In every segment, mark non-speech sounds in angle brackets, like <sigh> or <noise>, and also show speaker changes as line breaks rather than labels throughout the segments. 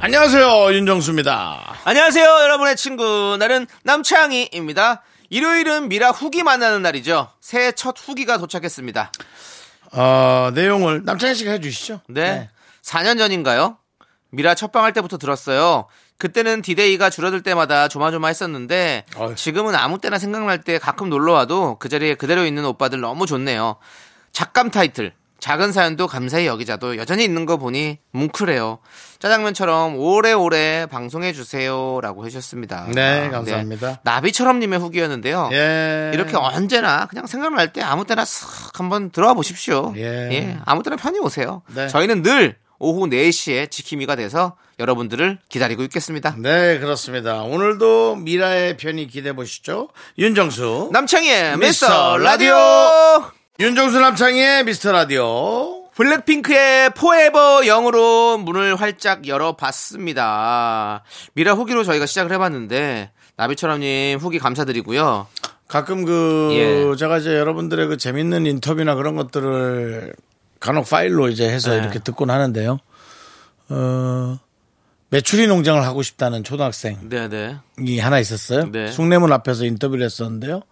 안녕하세요 윤정수입니다.
안녕하세요, 여러분의 친구. 나는 남창희입니다. 일요일은 미라 후기 만나는 날이죠. 새해 첫 후기가 도착했습니다.
어, 내용을 남창희 씨가 해주시죠.
네. 4년 전인가요? 미라 첫방 할 때부터 들었어요. 그때는 디데이가 줄어들 때마다 조마조마했었는데
어휴.
지금은 아무 때나 생각날 때 가끔 놀러 와도 그 자리에 그대로 있는 오빠들 너무 좋네요. 작감 타이틀. 작은 사연도 감사히 여기자도 여전히 있는 거 보니 뭉클해요. 짜장면처럼 오래오래 방송해 주세요라고 해주셨습니다.
네, 감사합니다.
나비처럼님의 후기였는데요.
예.
어, 이렇게 언제나 그냥 생각날 때 아무 때나 쓱 한번 들어와 보십시오.
예.
예. 아무 때나 편히 오세요.
네.
저희는 늘 오후 4시에 지킴이가 돼서 여러분들을 기다리고 있겠습니다.
네 그렇습니다. 오늘도 미라의 편이 기대 보시죠. 윤정수.
남창희의
미스터
미스터 라디오!
윤정수 남창희의 미스터 라디오.
블랙핑크의 포에버 0으로 문을 활짝 열어봤습니다. 미라 후기로 저희가 시작을 해봤는데, 나비처럼님 후기 감사드리고요.
가끔 그
예.
제가 이제 여러분들의 그 재밌는 인터뷰나 그런 것들을 간혹 파일로 이제 해서
네.
이렇게 듣곤 하는데요. 어, 메추리 농장을 하고 싶다는 초등학생.
네네.
이 하나 있었어요.
네.
숭례문 앞에서 인터뷰를 했었는데요.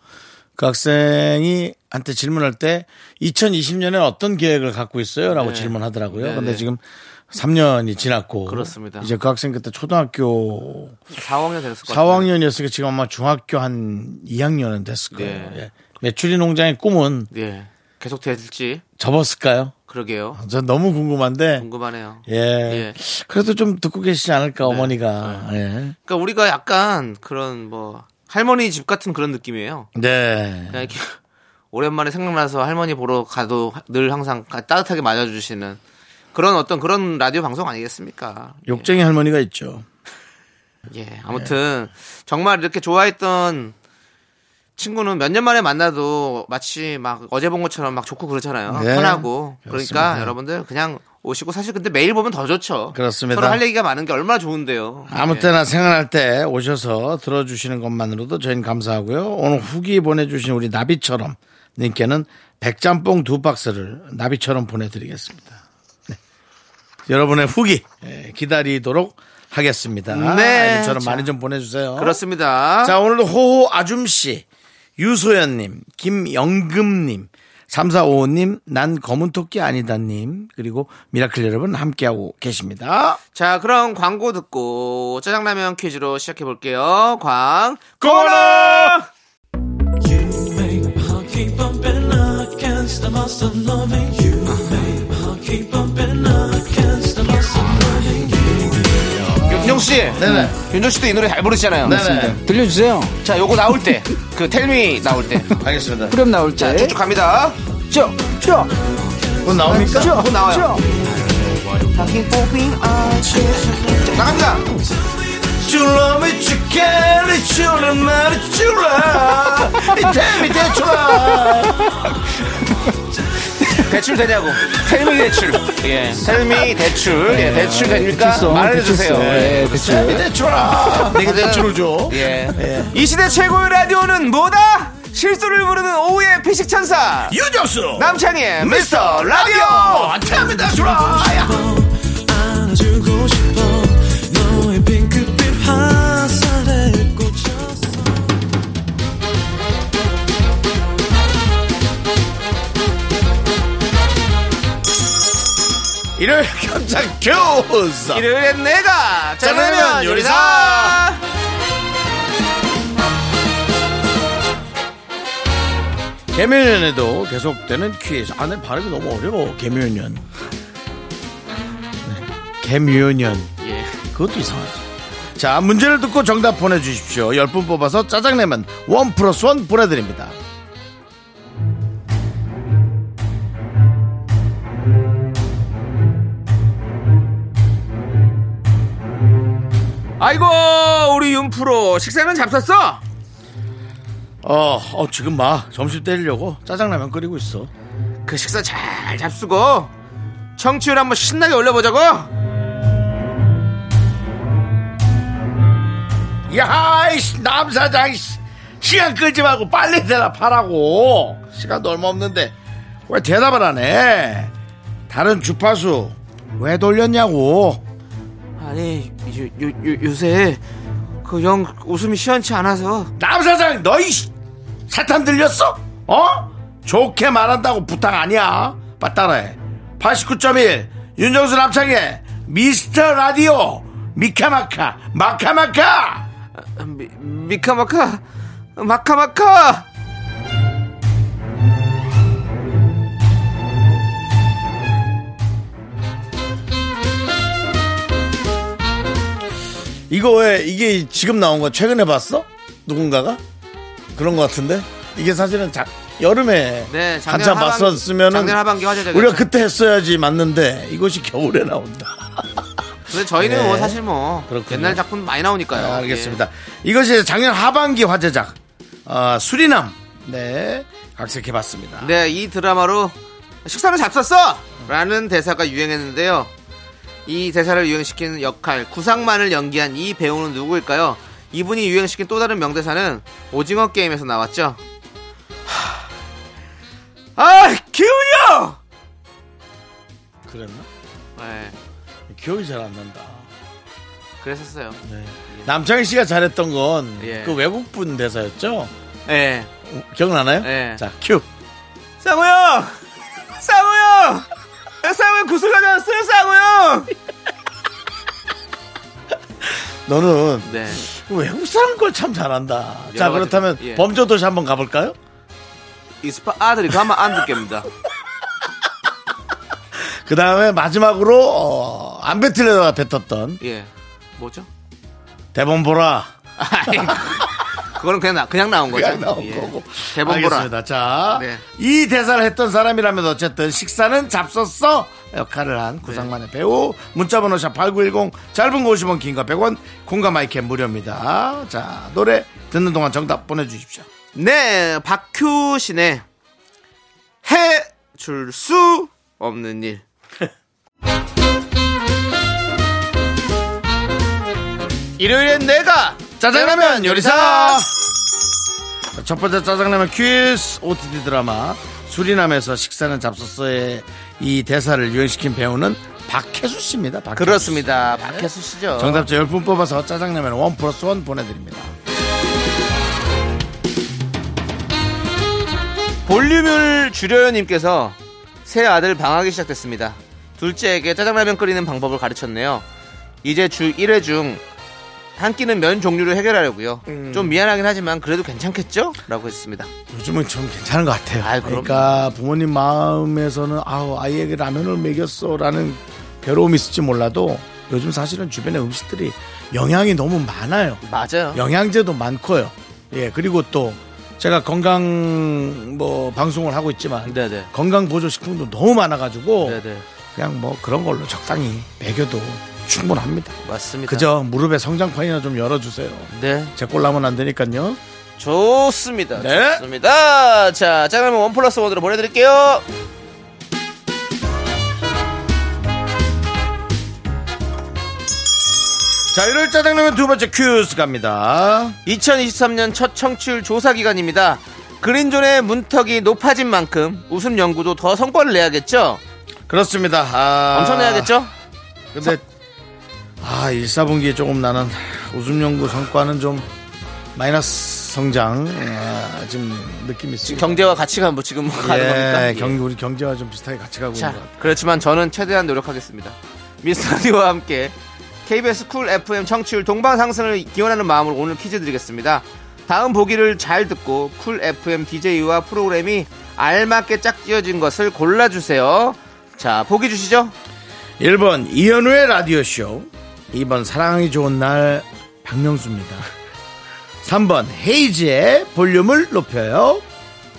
그 학생이 한테 질문할 때 2020년에 어떤 계획을 갖고 있어요? 라고
네.
질문하더라고요.
네,
근데
네.
지금 3년이 지났고
그렇습니다.
이제 그 학생 그때 초등학교
4학년 됐을 것 같아요.
4학년이었으니까 지금 아마 중학교 한 2학년은 됐을 거예요.
네.
예. 메추리 농장의 꿈은
예. 계속 될지,
접었을까요?
그러게요.
전 너무 궁금한데
궁금하네요.
예.
예. 네.
그래도 좀 듣고 계시지 않을까 어머니가 예.
그러니까 우리가 약간 그런 뭐 할머니 집 같은 그런 느낌이에요.
네.
그냥 이렇게 <laughs> 오랜만에 생각나서 할머니 보러 가도 늘 항상 따뜻하게 맞아주시는 그런 어떤 그런 라디오 방송 아니겠습니까?
욕쟁이 할머니가 있죠.
예, 아무튼 정말 이렇게 좋아했던 친구는 몇 년 만에 만나도 마치 막 어제 본 것처럼 막 좋고 그렇잖아요.
네,
편하고
그렇습니다.
그러니까 여러분들 그냥 오시고 사실 근데 매일 보면 더 좋죠.
그렇습니다.
서로 할 얘기가 많은 게 얼마나 좋은데요.
아무
예.
때나 생각날 때 오셔서 들어주시는 것만으로도 저희는 감사하고요. 오늘 후기 보내주신 우리 나비처럼 님께는 백짬뽕 두 박스를 나비처럼 보내드리겠습니다. 네. 여러분의 후기 예, 기다리도록 하겠습니다.
네.
나비처럼
자.
많이 좀 보내주세요.
예. 그렇습니다.
자, 오늘도 호호 아줌씨, 유소연님, 김영금님, 3455님, 난 검은 토끼 아니다님, 그리고 미라클 여러분 함께하고 계십니다.
자, 그럼 광고 듣고 짜장라면 퀴즈로 시작해 볼게요. 광.
고마워!
You make my heart keep bumping against the must of loving you. Make my heart keep bumping against the must of loving you.
윤정 씨. 네네. 윤정 씨도 이 노래 잘 부르시잖아요.
음. 네네.
들려주세요.
자, 요거 나올 때. 그 텔미 나올 때.
<laughs> 알겠습니다.
그럼 나올 때.
자, 쭉쭉 갑니다.
쭉, 쭉,
곧 나옵니까?
쭉,
곧 나와요.
쭉.
나갑니다.
줄라 미치겠니 줄라 말이 줄라 이태미 대출아
<laughs> 대출 되냐고. 텔미 대출. 예. 텔미 대출.
네.
예. 대출 됩니까?
대출성,
말해 주세요.
대출성.
예.
예,
이태미
그쵸.
대출아 내게 대출을 줘
예. 이 시대 최고의 라디오는 뭐다? 실수를 부르는 오후의 피식 천사.
유정수
남창희의 미스터 라디오.
라디오 이태미 대출아
안아주고 싶어. 너의 핑크빛 화살에 꽂혔어.
일요일 깜짝 교사
일요일엔 내가
짜장라면
짜장라면
요리사.
요리사
개묘년에도 계속되는 퀴즈 아 내 발음이 너무 어려워 개묘년 네. 개묘년
예.
그것도 이상하지. 자, 문제를 듣고 정답 보내주십시오. 10분 뽑아서 짜장라면 원 플러스 원 보내드립니다.
아이고 윤 프로 식사는 잡섰어?
어, 어, 지금 마. 점심 때리려고 짜장라면 끓이고 있어.
그 식사 잘 잡수고 청취율 한번 신나게 올려보자고.
야, 이씨, 남사장, 이씨. 시간 끌지 말고 빨리 대답하라고. 시간도 얼마 없는데. 왜 대답을 안 해? 다른 주파수 왜 돌렸냐고.
아니 요, 요, 요, 요새 그 영 웃음이 시원치 않아서
남사장, 너, 이씨. 사탄 들렸어? 어? 좋게 말한다고 부탁 아니야. 빠 따라해. 89.1. 윤정수 남창의 미스터 라디오. 미카마카. 마카마카.
아, 미, 미카마카 마카마카
이거 왜 이게 지금 나온 거 최근에 봤어? 누군가가 그런 거 같은데 이게 사실은 작- 여름에
네, 작년
한참
하반기-
봤었으면은
작년 하반기 화제작이었죠.
우리가 그때 했어야지 맞는데 이것이 겨울에 나온다.
근데 저희는
네.
뭐 사실 뭐
그렇군요.
옛날 작품 많이 나오니까요 예.
아, 알겠습니다. 이것이 작년 하반기 화제작 아, 수리남 네 각색해봤습니다.
예. 네, 이 드라마로 식사는 잡섰어! 라는 대사가 유행했는데요 이 대사를 유행시킨 역할 구상만을 연기한 이 배우는 누구일까요? 이분이 유행시킨 또 다른 명대사는 오징어 게임에서 나왔죠 하... 아 기훈이요!
그랬나?
네,
기억이 잘 안 난다.
그랬었어요
네. 남창희 씨가 잘했던 건 그
예.
외국 분 대사였죠?
예.
기억나나요?
예.
자 큐.
쌍우 형! 쌍우 형! 야, 쌍우 형 구슬 가져왔어요, 쌍우 형!
너는
네.
그 외국 사람 걸 참 잘한다. 자
여러 가지-
그렇다면
예.
범죄도시 한번 가볼까요?
이 스파 아들이 가만 안 듣겠습니다.
그 다음에 마지막으로 어, 안 뱉으려다가 뱉었던
예. 뭐죠?
대본 보라.
아이, 그거는 그냥, 나, 그냥 나온 거죠.
그냥 나온
예.
거고.
대본 보라.
알겠습니다. 자,
네.
이 대사를 했던 사람이라면 어쨌든 식사는 잡섰어 역할을 한 구상만의
네.
배우 문자번호 샵8910 짧은 거 50원 긴 거 100원 공감 마이크 무료입니다. 자 노래 듣는 동안 정답 보내주십시오.
네, 박효신의 해 줄 수 없는 일. 일요일엔 내가 짜장라면 요리사!
첫 번째 짜장라면 퀴즈 OTT 드라마 수리남에서 식사는 잡섰어의 이 대사를 유행시킨 배우는 박혜수 씨입니다. 박혜수
그렇습니다.
씨.
박혜수 씨죠.
정답자 10분 뽑아서 짜장라면 원 플러스 원 보내드립니다.
볼륨을 줄여요님께서 새 아들 방학이 시작됐습니다. 둘째에게 짜장라면 끓이는 방법을 가르쳤네요. 이제 주 1회 중 한 끼는 면 종류를 해결하려고요.
음.
좀 미안하긴 하지만 그래도 괜찮겠죠? 라고 했습니다.
요즘은 좀 괜찮은 것 같아요.
아이, 그럼요.
그러니까 부모님 마음에서는 아우 아이에게 라면을 먹였어라는 괴로움이 있을지 몰라도 요즘 사실은 주변의 음식들이 영양이 너무 많아요.
맞아요.
영양제도 많고요. 예, 그리고 또 제가 건강 뭐 방송을 하고 있지만
네네.
건강 보조 식품도 너무 많아 가지고
네네.
그냥 뭐 그런 걸로 적당히 먹여도 충분합니다.
네. 맞습니다.
그저 무릎에 성장판이나 좀 열어 주세요.
네.
제 꼴라면 안 되니까요.
좋습니다.
네.
좋습니다. 자, 짜장라면 원 플러스 원으로 보내드릴게요.
자, 일요일 짜장라면 두 번째 큐스 갑니다.
2023년 첫 청취율 조사 기간입니다. 그린존의 문턱이 높아진 만큼 웃음 연구도 더 성과를 내야겠죠?
그렇습니다. 아,
엄청 내야겠죠?
근데 아 1사분기에 조금 나는 웃음 연구 성과는 좀 마이너스 성장 아, 지금 느낌이
지금
있습니다.
경제와 가치가 뭐 지금 뭐 가는 겁니까?
예,
예.
경, 우리 경제와 좀 비슷하게 같이 가고
자,
있는 것 같아요.
그렇지만 저는 최대한 노력하겠습니다. 미스터리와 함께 KBS 쿨 FM 청취율 동반 상승을 기원하는 마음으로 오늘 퀴즈 드리겠습니다. 다음 보기를 잘 듣고 쿨 FM DJ와 프로그램이 알맞게 짝지어진 것을 골라주세요. 자, 보기 주시죠.
1번 이현우의 라디오쇼 2번 사랑이 좋은 날 박명수입니다. <laughs> 3번 헤이즈의 볼륨을 높여요.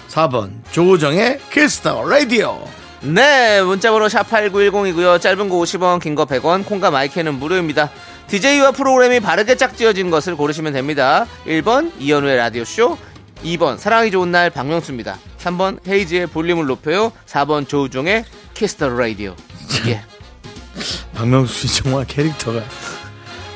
4번 조우정의 키스터 라디오
네, 문자번호 샵8910이고요. 짧은 거 50원, 긴 거 100원, 콩과 마이크는 무료입니다. DJ와 프로그램이 바르게 짝지어진 것을 고르시면 됩니다. 1번 이현우의 라디오쇼 2번 사랑이 좋은 날 박명수입니다. 3번 헤이즈의 볼륨을 높여요 4번 조우종의 키스터 라디오 이게
박명수 씨 정말 캐릭터가 <laughs>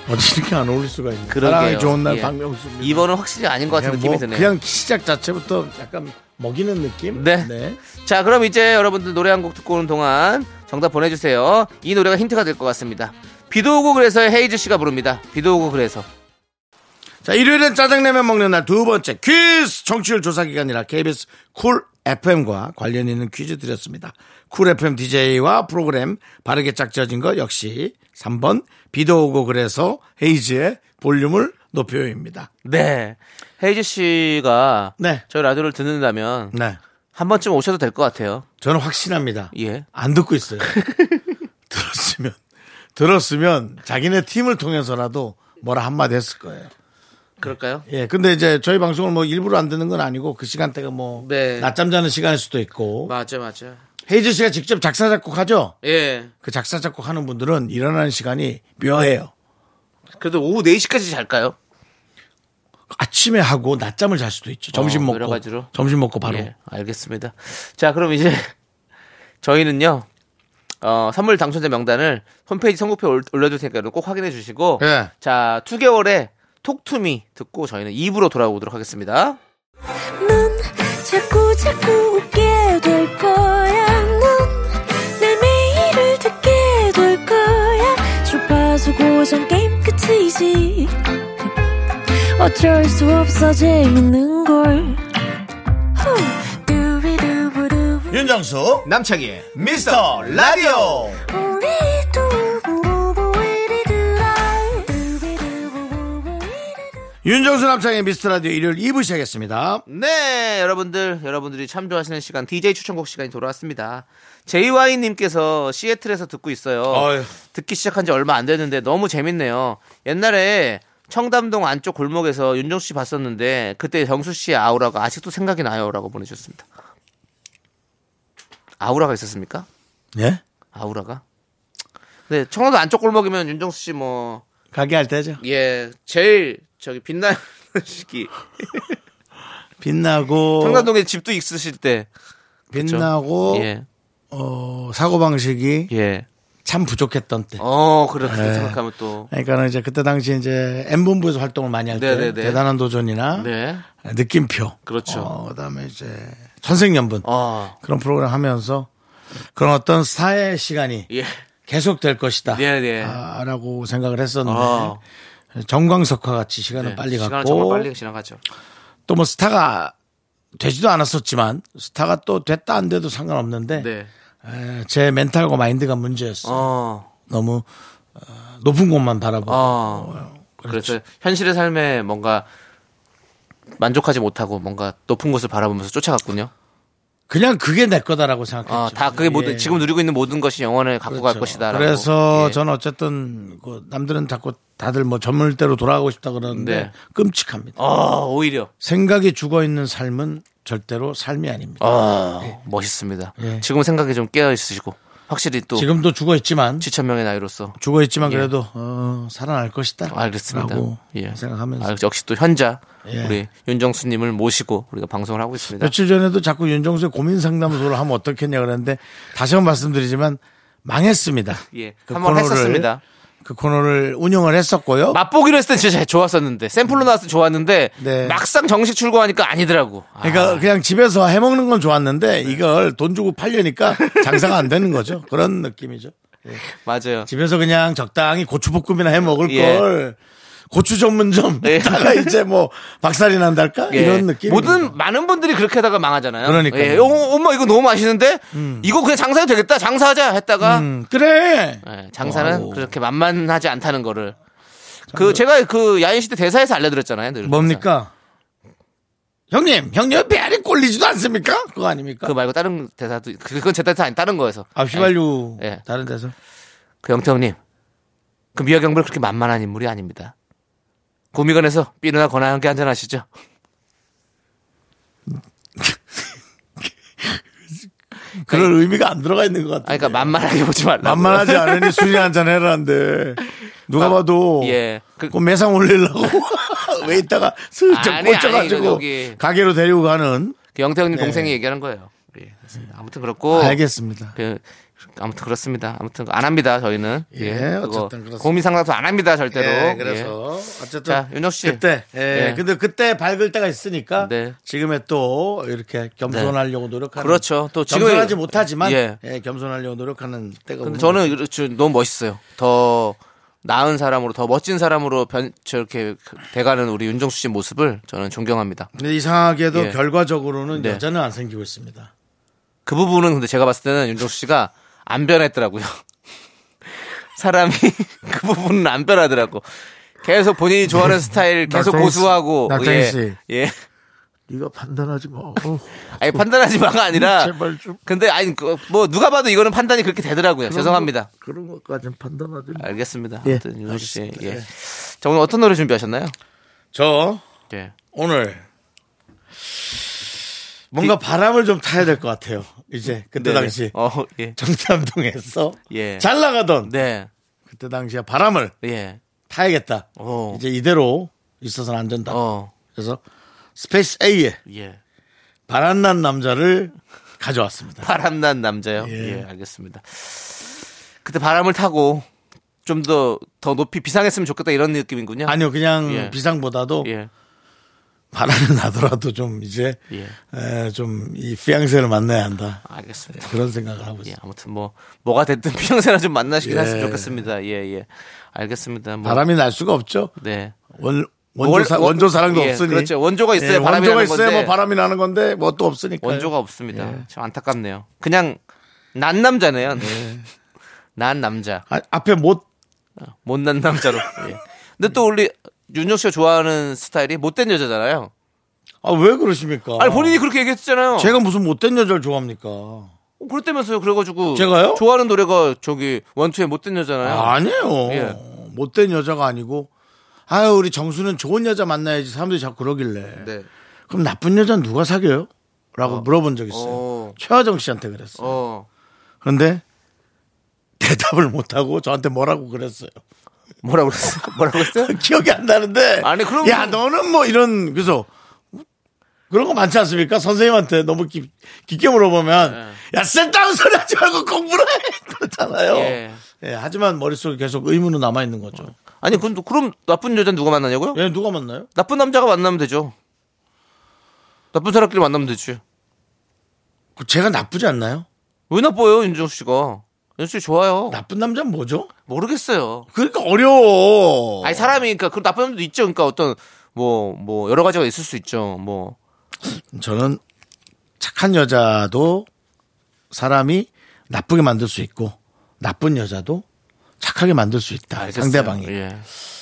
어찌 이렇게 안 어울릴 수가 있나.
그러게요.
사랑이 좋은 날
예.
박명수입니다.
2번은 확실히 아닌 것 같은
그냥,
느낌이
뭐
드네요.
그냥 시작 자체부터 약간 먹이는 느낌?
네. 자, 그럼 이제 여러분들 노래 한 곡 듣고 오는 동안 정답 보내주세요. 이 노래가 힌트가 될 것 같습니다. 비도 오고 그래서 헤이즈 씨가 부릅니다. 비도 오고 그래서.
자, 일요일엔 짜장라면 먹는 날 두 번째 퀴즈! 정치율 조사 기간이라 KBS 쿨 FM과 관련 있는 퀴즈 드렸습니다. 쿨 FM DJ와 프로그램 바르게 짝지어진 거 역시 3번 비도 오고 그래서 헤이즈의 볼륨을 높여요입니다.
네. 헤이즈 씨가
네.
저희 라디오를 듣는다면
네.
한 번쯤 오셔도 될 것 같아요.
저는 확신합니다.
예.
안 듣고 있어요. <laughs> 들었으면, 들었으면 자기네 팀을 통해서라도 뭐라 한마디 했을 거예요.
그럴까요?
예, 근데 이제 저희 방송을 뭐 일부러 안 듣는 건 아니고 그 시간대가 뭐
네.
낮잠 자는 시간일 수도 있고
맞아, 맞아.
헤이즈 씨가 직접 작사 작곡하죠.
예.
그 작사 작곡하는 분들은 일어나는 시간이 묘해요.
그래도 오후 4시까지 잘까요?
아침에 하고 낮잠을 잘 수도 있죠. 점심
어,
먹고
여러 가지로.
점심 먹고 바로
예, 알겠습니다. 자, 그럼 이제 저희는요. 어, 선물 당첨자 명단을 홈페이지 선곡표 올- 올려둘 테니까 꼭 확인해 주시고
예.
자, 2개월에 톡투미 듣고 저희는 2부로 돌아오도록 하겠습니다.
넌 자꾸 자꾸 웃게 될 거야. 넌내 매일을 듣게 될 거야. 주파수 고정 게임 끝이지. 어쩔 수 없어 재밌는 걸. 후. 두비두부두부.
윤정수 남창희 미스터 라디오
우리 두부부부 우리 두라. 두비두부부부 우리 두라.
윤정수 남창희 미스터 라디오 일요일 2부 시작했습니다.
네, 여러분들, 여러분들이 참 좋아하시는 시간 DJ 추천곡 시간이 돌아왔습니다. JY 님께서 시애틀에서 듣고 있어요.
어휴.
듣기 시작한 지 얼마 안 됐는데 너무 재밌네요. 옛날에 청담동 안쪽 골목에서 윤정수 씨 봤었는데 그때 정수 씨의 아우라가 아직도 생각이 나요라고 보내주셨습니다. 아우라가 있었습니까?
예?
아우라가? 네, 청담동 안쪽 골목이면 윤정수 씨뭐
가게 할 때죠.
예, 제일 저기 빛나는 <laughs> 시기.
빛나고
청담동에 집도 있으실 때.
빛나고
예,
어, 사고 방식이
예.
참 부족했던 때.
어, 그렇게
네.
생각하면 또.
그러니까는 이제 그때 당시 이제 M 본부에서 활동을 많이 할 때
네네네.
대단한 도전이나
네.
느낌표,
그렇죠.
어, 그다음에 이제 선생연분
어,
그런 프로그램 하면서 그런 어떤 사회 시간이
예.
계속 될 것이다.
네네.
아, 라고 생각을 했었는데
어.
정광석화 같이 시간은
네.
빨리
시간은
갔고
정말 빨리 지나가죠.
또 뭐 스타가 되지도 않았었지만 스타가 또 됐다 안 돼도 상관없는데
네.
에, 제 멘탈과 마인드가 문제였어. 요
어,
너무 어, 높은 곳만 바라보고
어. 그래서 현실의 삶에 뭔가 만족하지 못하고 뭔가 높은 곳을 바라보면서 쫓아갔군요.
그냥 그게 내 거다라고
어,
생각했죠.
다 그게 모든
예.
지금 누리고 있는 모든 것이 영원을 갖고 예. 갈
그렇죠.
것이다.
그래서 저는 어쨌든 그 남들은 자꾸 다들 뭐 전물대로 돌아가고 싶다 그러는데
네.
끔찍합니다.
어, 오히려
생각이 죽어 있는 삶은 절대로 삶이 아닙니다.
어, 멋있습니다.
예.
지금 생각이 좀 깨어 있으시고 확실히 또
지금도 죽어 있지만
지천명의 나이로서
죽어 있지만 그래도 어, 살아날 것이다.
알겠습니다.
라고
예.
생각하면서
아, 역시 또 현자
예. 그렇죠.
우리 윤정수님을 모시고 우리가 방송을 하고 있습니다.
며칠 전에도 자꾸 윤정수의 고민 상담소를 하면 어떻겠냐 그랬는데 다시 한번 말씀드리지만 망했습니다.
예, 한번 했었습니다.
그 코너를 운영을 했었고요.
맛보기로 했을 때 진짜 좋았었는데 샘플로 나왔을 때 좋았는데
음. 네.
막상 정식 출고하니까 아니더라고. 아, 네.
그러니까 그냥 집에서 해 먹는 건 좋았는데 이걸 돈 주고 팔려니까 장사가 안 되는 거죠. 그런 느낌이죠.
맞아요.
집에서 그냥 적당히 고추볶음이나 해 먹을
예.
걸 고추 전문점
예.
다가 이제 뭐 박살이 난달까
예.
이런 느낌.
모든 많은 분들이 그렇게 하다가 망하잖아요.
그러니까요. 음.
예, 어, 엄마 이거 너무 맛있는데 이거 그냥 장사해도 되겠다. 장사하자 했다가
그래.
예, 장사는
아우. 뭐.
그렇게 만만하지 않다는 거를 그 제가 그 야인 시대 대사에서 알려드렸잖아요. 늘.
뭡니까? 형님, 형님 왜 배알이 꼴리지도 않습니까? 그거 아닙니까?
그거 말고 다른 대사도 그건 제 대사 아니 다른 거에서.
아 휘발유
예.
다른 데서
그 영태형님, 그 미화경부는 그렇게 만만한 인물이 아닙니다. 구미관에서 삐누나 권하연 께 한잔 하시죠.
그런 의미가 안 들어가 있는 것 같아요.
그러니까 만만하게 보지 말라.
만만하지 않으니 술이 한잔 해라는데 누가 봐도
예.
그,
그-
매상 올리려고 <laughs> 웨이터가 슬쩍
아니, 아니,
꽂혀가지고
거기.
가게로 데리고 가는
그 영태 형님
네.
동생이 얘기하는 거예요. 예, 그렇습니다. 아무튼 그렇고.
알겠습니다.
그 아무튼 그렇습니다. 아무튼 안 합니다. 저희는
예,
그거
어쨌든 그렇습니다.
고민 상담도 안 합니다. 절대로.
예,
예.
그래서 어쨌든
자, 윤혁 씨.
그때 예,
예.
근데 그때 밝을 때가 있으니까
네.
지금에 또 이렇게 겸손하려고 노력하는
그렇죠. 또 지금-
겸손하지 못하지만 예.
예.
겸손하려고 노력하는 때가
근데
오는
저는 이렇- 저- 너무 멋있어요. 더 나은 사람으로 더 멋진 사람으로 변 저렇게 그, 돼가는 우리 윤정수 씨 모습을 저는 존경합니다.
근데 이상하게도
예.
결과적으로는
네.
여자는 안 생기고 있습니다.
그 부분은 근데 제가 봤을 때는 윤정수 씨가 안 변했더라고요. <laughs> 사람이 <laughs> 그 부분은 안 변하더라고. 계속 본인이 좋아하는 스타일 계속
네. 낙장이 씨,
고수하고
낙장이 씨.
예. 예.
네가 판단하지
<laughs>
마.
아니 판단하지 마가 아니라
<laughs> 제발 좀.
근데 아니 그, 뭐 누가 봐도 이거는 판단이 그렇게 되더라고요. 죄송합니다.
그런 것까진 판단하지 마.
알겠습니다.
예,
아무튼 윤정수 씨.
알겠습니다.
예.
예.
자, 오늘 어떤 노래 준비하셨나요?
저
예.
오늘 뭔가 바람을 좀 타야 될 것 같아요. 이제 그때
그 네네.
당시
어, 예.
정남동에서
<laughs> 예.
잘 나가던
네.
그때 당시에 바람을
예.
타야겠다.
어.
이제 이대로 있어서는 안 된다.
어.
그래서 스페이스 A의
예.
바람난 남자를 가져왔습니다.
바람난 남자요.
예.
예. 알겠습니다. 그때 바람을 타고 좀 더 더 높이 비상했으면 좋겠다 이런 느낌이군요.
아니요, 그냥
예.
비상보다도
예.
바람이 나더라도 좀 이제
예.
좀 이 피앙세를 만나야 한다.
알겠습니다.
그런 생각을 하고
예,
있어요.
아무튼 뭐 뭐가 됐든 <laughs> 피형세나 좀 만나시긴
예.
했으면 좋겠습니다. 예, 예. 알겠습니다. 뭐,
바람이 날 수가 없죠.
네.
원,
월-
원조, 사,
월-
원조 사랑도
예,
없으니.
그렇죠. 원조가 있어야 바람이
원조가
나는
있어야
건데.
뭐 바람이 예. 나는 건데 뭐 또 없으니까.
원조가 없습니다. 참 안타깝네요. 그냥 난 남자네요.
예.
난 남자.
아, 앞에 못
못난 남자로. 예. 근데 또 우리 윤정 씨가 좋아하는 스타일이 못된 여자잖아요.
아, 왜 그러십니까?
아니 본인이 그렇게 얘기했잖아요.
제가 무슨 못된 여자를 좋아합니까?
어, 그랬다면서요. 그래가지고
제가요?
좋아하는 노래가 저기 원투의 못된 여자잖아요.
아니에요.
예.
못된 여자가 아니고 아유 우리 정수는 좋은 여자 만나야지 사람들이 자꾸 그러길래
네.
그럼 나쁜 여자 는 누가 사귀어요? 라고 물어본 적 있어요.
어.
최하정 씨한테 그랬어요.
어
그런데 대답을 못하고 저한테 뭐라고 그랬어요. <laughs>
뭐라고 그랬어? <laughs> 뭐라고 그랬어요?
기억이 안 나는데
아니, 그럼-
야 너는 뭐 이런 그래서 그런 거 많지 않습니까? 선생님한테 너무 깊, 깊게 물어보면 야 쓸데없는 소리 하지 말고 공부를 해 <laughs> 그렇잖아요.
네. 예. 어.
예, 하지만 머릿속에 계속 의문은 남아 있는 거죠.
아니 그럼 그럼 나쁜 여자 는 누가 만나냐고요?
얘 누가 만나요?
나쁜 남자가 만나면 되죠. 나쁜 사람끼리 만나면 되지.
그 제가 나쁘지 않나요?
왜 나빠요 윤정수 씨가? 윤정수 씨 좋아요.
나쁜 남자는 뭐죠?
모르겠어요.
그러니까 어려워.
아니 사람이니까 그 나쁜 점도 있죠. 그러니까 어떤 뭐 뭐 여러 가지가 있을 수 있죠. 뭐
저는 착한 여자도 사람이 나쁘게 만들 수 있고 나쁜 여자도 착하게 만들 수 있다.
알겠어요.
상대방이.
예.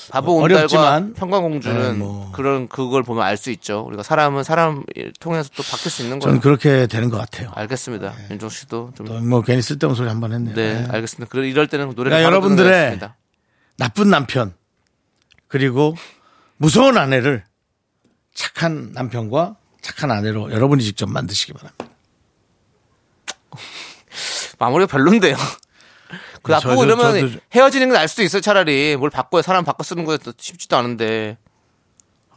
바보
어,
온달과
어렵지만,
평강공주는
예, 뭐.
그런 그걸 보면 알 수 있죠. 우리가 사람은 사람 통해서 또 바뀔 수 있는 거예요.
저는 그렇게 되는 것 같아요.
알겠습니다. 윤정 씨도 좀
또뭐 괜히 쓸데없는 소리 한 번 했네요.
네,
예.
알겠습니다. 그래 이럴 때는 노래가
그러니까
바로 듣는
여러분들의
거였습니다.
나쁜 남편 그리고 무서운 아내를 착한 남편과 착한 아내로 여러분이 직접 만드시기 바랍니다.
마무리가 별론데요. <laughs> 그
네, 저, 저,
나쁘고 이러면
저도 저-
헤어지는 건 알 수도 있어요. 차라리 뭘 바꿔요. 사람 바꿔 쓰는 거에 또 쉽지도 않은데
네.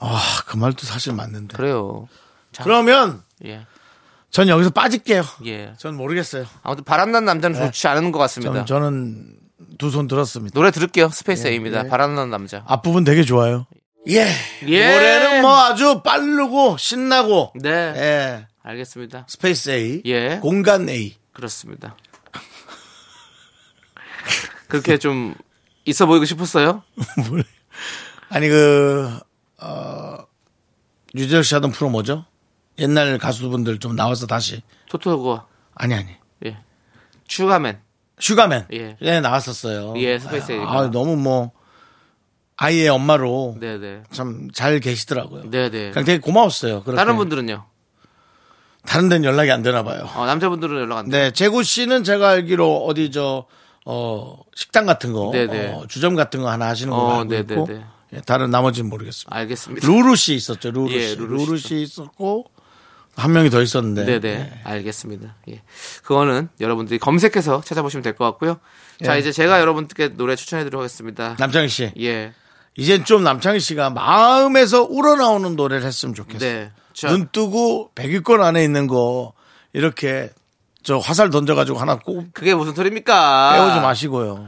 아 그 말도 사실 맞는데.
그래요. 자,
그러면
예,
전 여기서 빠질게요.
예.
전 모르겠어요.
아무튼 바람난 남자는
네.
좋지 않은 것 같습니다.
저는, 저는 두 손 들었습니다.
노래 들을게요. 스페이스 A입니다.
예.
바람난 남자.
앞부분 되게 좋아요. 예.
예.
노래는 뭐 아주 빠르고 신나고.
네,
예.
알겠습니다.
스페이스 A.
예.
공간 A.
그렇습니다. 그렇게 좀 있어 보이고 싶었어요?
아니 그 어, 유재석 씨 하던 프로 뭐죠? 옛날 가수분들 좀 나와서 다시.
토토고
아니 아니.
예, 추가맨.
슈가맨.
예.
예, 나왔었어요.
예, 스페이스 A가.
아, 너무 뭐 아이의 엄마로
네네.
참 잘 계시더라고요.
네네.
그냥 되게 고마웠어요. 그렇게.
다른 분들은요?
다른 데는 연락이 안 되나 봐요.
어, 남자분들은 연락 안 돼.
네, 재구 씨는 제가 알기로 어디 저, 어, 식당 같은 거,
네네.
어, 주점 같은 거 하나 하시는
어,
거 알고
네네네.
있고, 예, 다른 나머지는 모르겠습니다.
알겠습니다.
루루 씨 있었죠, 루루
예,
씨.
루루
루루
씨죠.
씨 있었고, 한 명이 더 있었는데.
네네. 알겠습니다. 예. 그거는 여러분들이 검색해서 찾아보시면 될 것 같고요. 자,
예.
이제 제가 여러분께 노래 추천해 드리겠습니다.
남창희 씨.
예.
이젠 좀 남창희 씨가 마음에서 우러나오는 노래를 했으면 좋겠어요.
네. 자,
눈 뜨고 100위권 안에 있는 거 이렇게 저 화살 던져가지고 하나 꼭
그게 무슨 소리입니까?
빼오지 마시고요.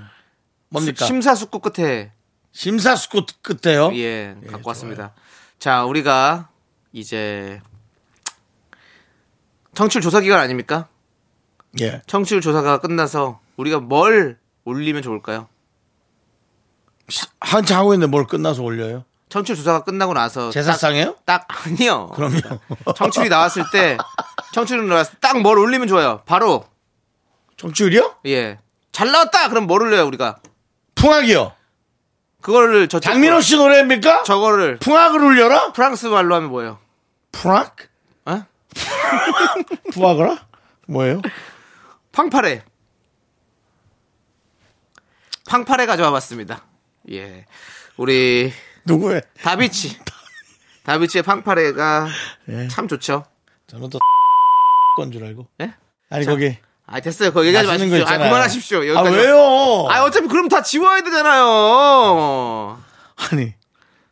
뭡니까?
아. 심사숙고 끝에
심사숙고 끝에요.
예, 갖고 왔습니다. 자, 우리가 이제 청취율 조사 기간 아닙니까?
예.
청취율 조사가 끝나서 우리가 뭘 올리면 좋을까요?
한참 하고 있는데 뭘 끝나서 올려요?
청취율 조사가 끝나고 나서
제사상이에요? <laughs>
딱, 딱 아니요.
그럼요.
청취율이 나왔을
<laughs>
때 청취율이 나왔을 때 딱 뭘 올리면 좋아요. 바로
정치율이요?
예. 잘 나왔다. 그럼 뭘 올려요, 우리가?
풍악이요.
그거를 저
장민호 씨 노래입니까?
저거를
풍악을 울려라?
프랑스 말로 하면 뭐예요?
풍악?
어?
풍악을라 뭐예요?
팡파레. 팡파레 가져와 봤습니다. 예. 우리
누구의? <laughs>
다비치. 다비치의 팡파레가
예.
참 좋죠.
저는 또 <laughs> 건줄 알고.
예?
아니 거기
아, 됐어요. 거기 얘기하지
맛있는 거
마십시오. 아,
있잖아요.
그만하십시오.
아
여기까지.
왜요?
아, 어차피 그럼 다 지워야 되잖아요.
아니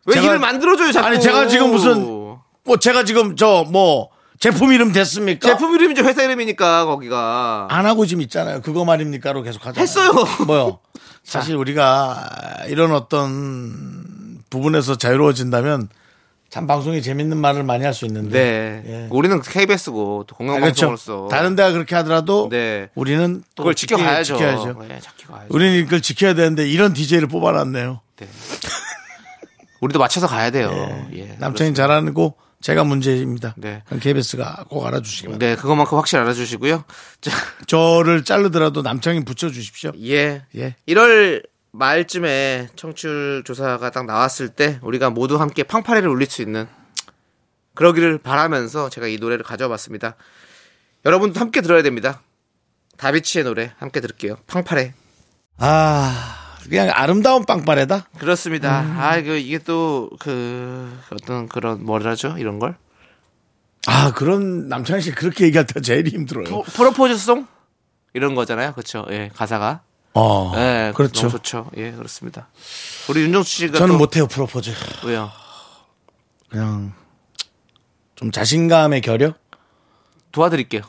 왜
제가-
일을 만들어줘요, 자꾸.
아니, 제가 지금 무슨- 뭐 제가 지금 저 뭐 제품 이름 됐습니까?
제품 이름이죠, 회사 이름이니까, 거기가.
안 하고 지금 아. 있잖아요. 그거 말입니까로 계속 하잖아요.
했어요. <laughs>
뭐요? 사실 우리가 이런 어떤 부분에서 자유로워진다면 참 방송이 재밌는 말을 많이 할 수 있는데.
네.
예.
우리는 KBS고, 또
아, 그렇죠.
공영방송으로서.
다른 데가 그렇게 하더라도
네.
우리는 또
그걸 지켜가야죠.
지켜야죠.
예, 지켜가야죠.
우리는 이걸 지켜야 되는데 이런 DJ를 뽑아놨네요.
우리도 맞춰서 가야 돼요. 예.
남창이 잘하는 거 제가 문제입니다.
네.
그럼 KBS가 꼭 알아주시기 바랍니다.
네, 그것만큼 확실히 알아주시고요. 자,
저를 자르더라도 남창이 붙여주십시오.
예.
예.
1월 말쯤에 청취율 조사가 딱 나왔을 때 우리가 모두 함께 팡파레를 울릴 수 있는 그러기를 바라면서 제가 이 노래를 가져와봤습니다. 여러분도 함께 들어야 됩니다. 다비치의 노래 함께 들을게요. 팡파레.
아, 그냥 아름다운 빵빠레다.
그렇습니다.
음.
아, 이거 이게 또 그 어떤 그런 뭐라죠? 이런 걸?
아, 그런 남창희 씨 그렇게 얘기할 때 제일 힘들어요.
프로- 프로포즈송? 이런 거잖아요. 그렇죠. 예, 가사가.
어,
예,
그렇죠.
너무 좋죠. 예, 그렇습니다. 우리 윤정수 씨가
저는 뭐
또-
못해요 프로포즈.
왜요?
그냥 좀 자신감의 결여?
도와드릴게요.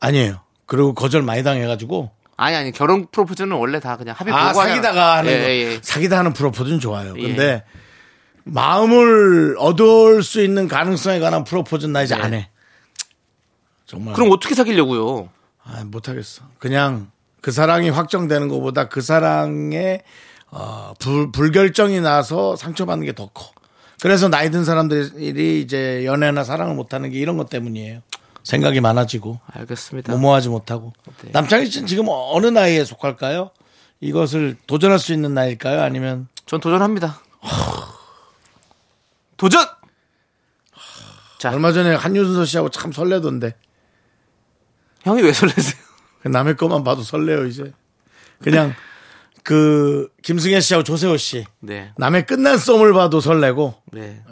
아니에요. 그리고 거절 많이 당해가지고
아니 아니 결혼 프로포즈는 원래 다 그냥 합의
아
보고 하잖아.
사귀다가 하는
예,
거.
예, 예.
사귀다 하는 프로포즈는 좋아요.
예.
근데 마음을 얻을 수 있는 가능성에 관한 프로포즈는 나 이제
네.
안 해. 정말
그럼 어떻게 사귀려고요?
아, 못하겠어. 그냥 그 사랑이 확정되는 것보다 그 사랑에 어, 불, 불결정이 나서 상처받는 게 더 커. 그래서 나이 든 사람들이 이제 연애나 사랑을 못하는 게 이런 것 때문이에요. 생각이 많아지고
알겠습니다.
무모하지 못하고
네.
남창희 씨는 지금 어느 나이에 속할까요? 이것을 도전할 수 있는 나이일까요? 아니면
전 도전합니다. 도전! 아.
얼마 전에 한윤서 씨하고 참 설레던데 그
형이 왜 설레세요? <laughs>
남의 것만 봐도 설레요 이제 그냥 그 김승혜 씨하고 조세호 씨
네.
남의 끝난 썸을 봐도 설레고
네.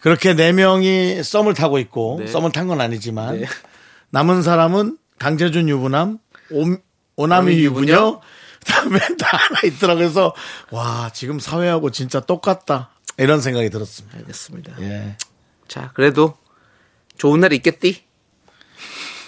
그렇게 네 명이 썸을 타고 있고
네.
썸을 탄 건 아니지만 남은 사람은 강재준 유부남 오, 오남이 유부녀 그다음에 <laughs> 다 하나 있더라 그래서 와 지금 사회하고 진짜 똑같다 이런 생각이 들었습니다.
알겠습니다.
예.
자, 그래도 좋은 날 있겠디?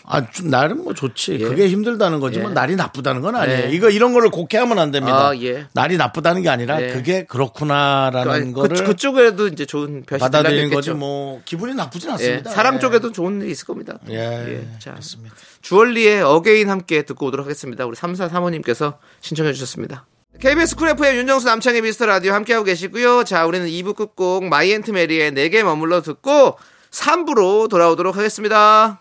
아 주- 날은 뭐 좋지
예.
그게 힘들다는 거지만
예.
날이 나쁘다는 건 아니에요.
네.
이거 이런 거를 곡해하면 안 됩니다.
아, 예.
날이 나쁘다는 게 아니라
네.
그게 그렇구나라는
아니,
거를
그, 그쪽에도 이제 좋은 벼이
받아들이는 거지
날렸겠죠.
뭐 기분이 나쁘진
예,
않습니다.
사랑
예.
쪽에도 좋은 일이 있을 겁니다. 또.
예,
자.
그렇습니다.
주얼리의 어게인 함께 듣고 오도록 하겠습니다. 우리 3435님께서 신청해 주셨습니다. KBS 쿨 FM의 윤정수 남창의 미스터 라디오 함께하고 계시고요. 자, 우리는 2부 끝곡 마이앤트 메리의 내게 머물러 듣고 3부로 돌아오도록 하겠습니다.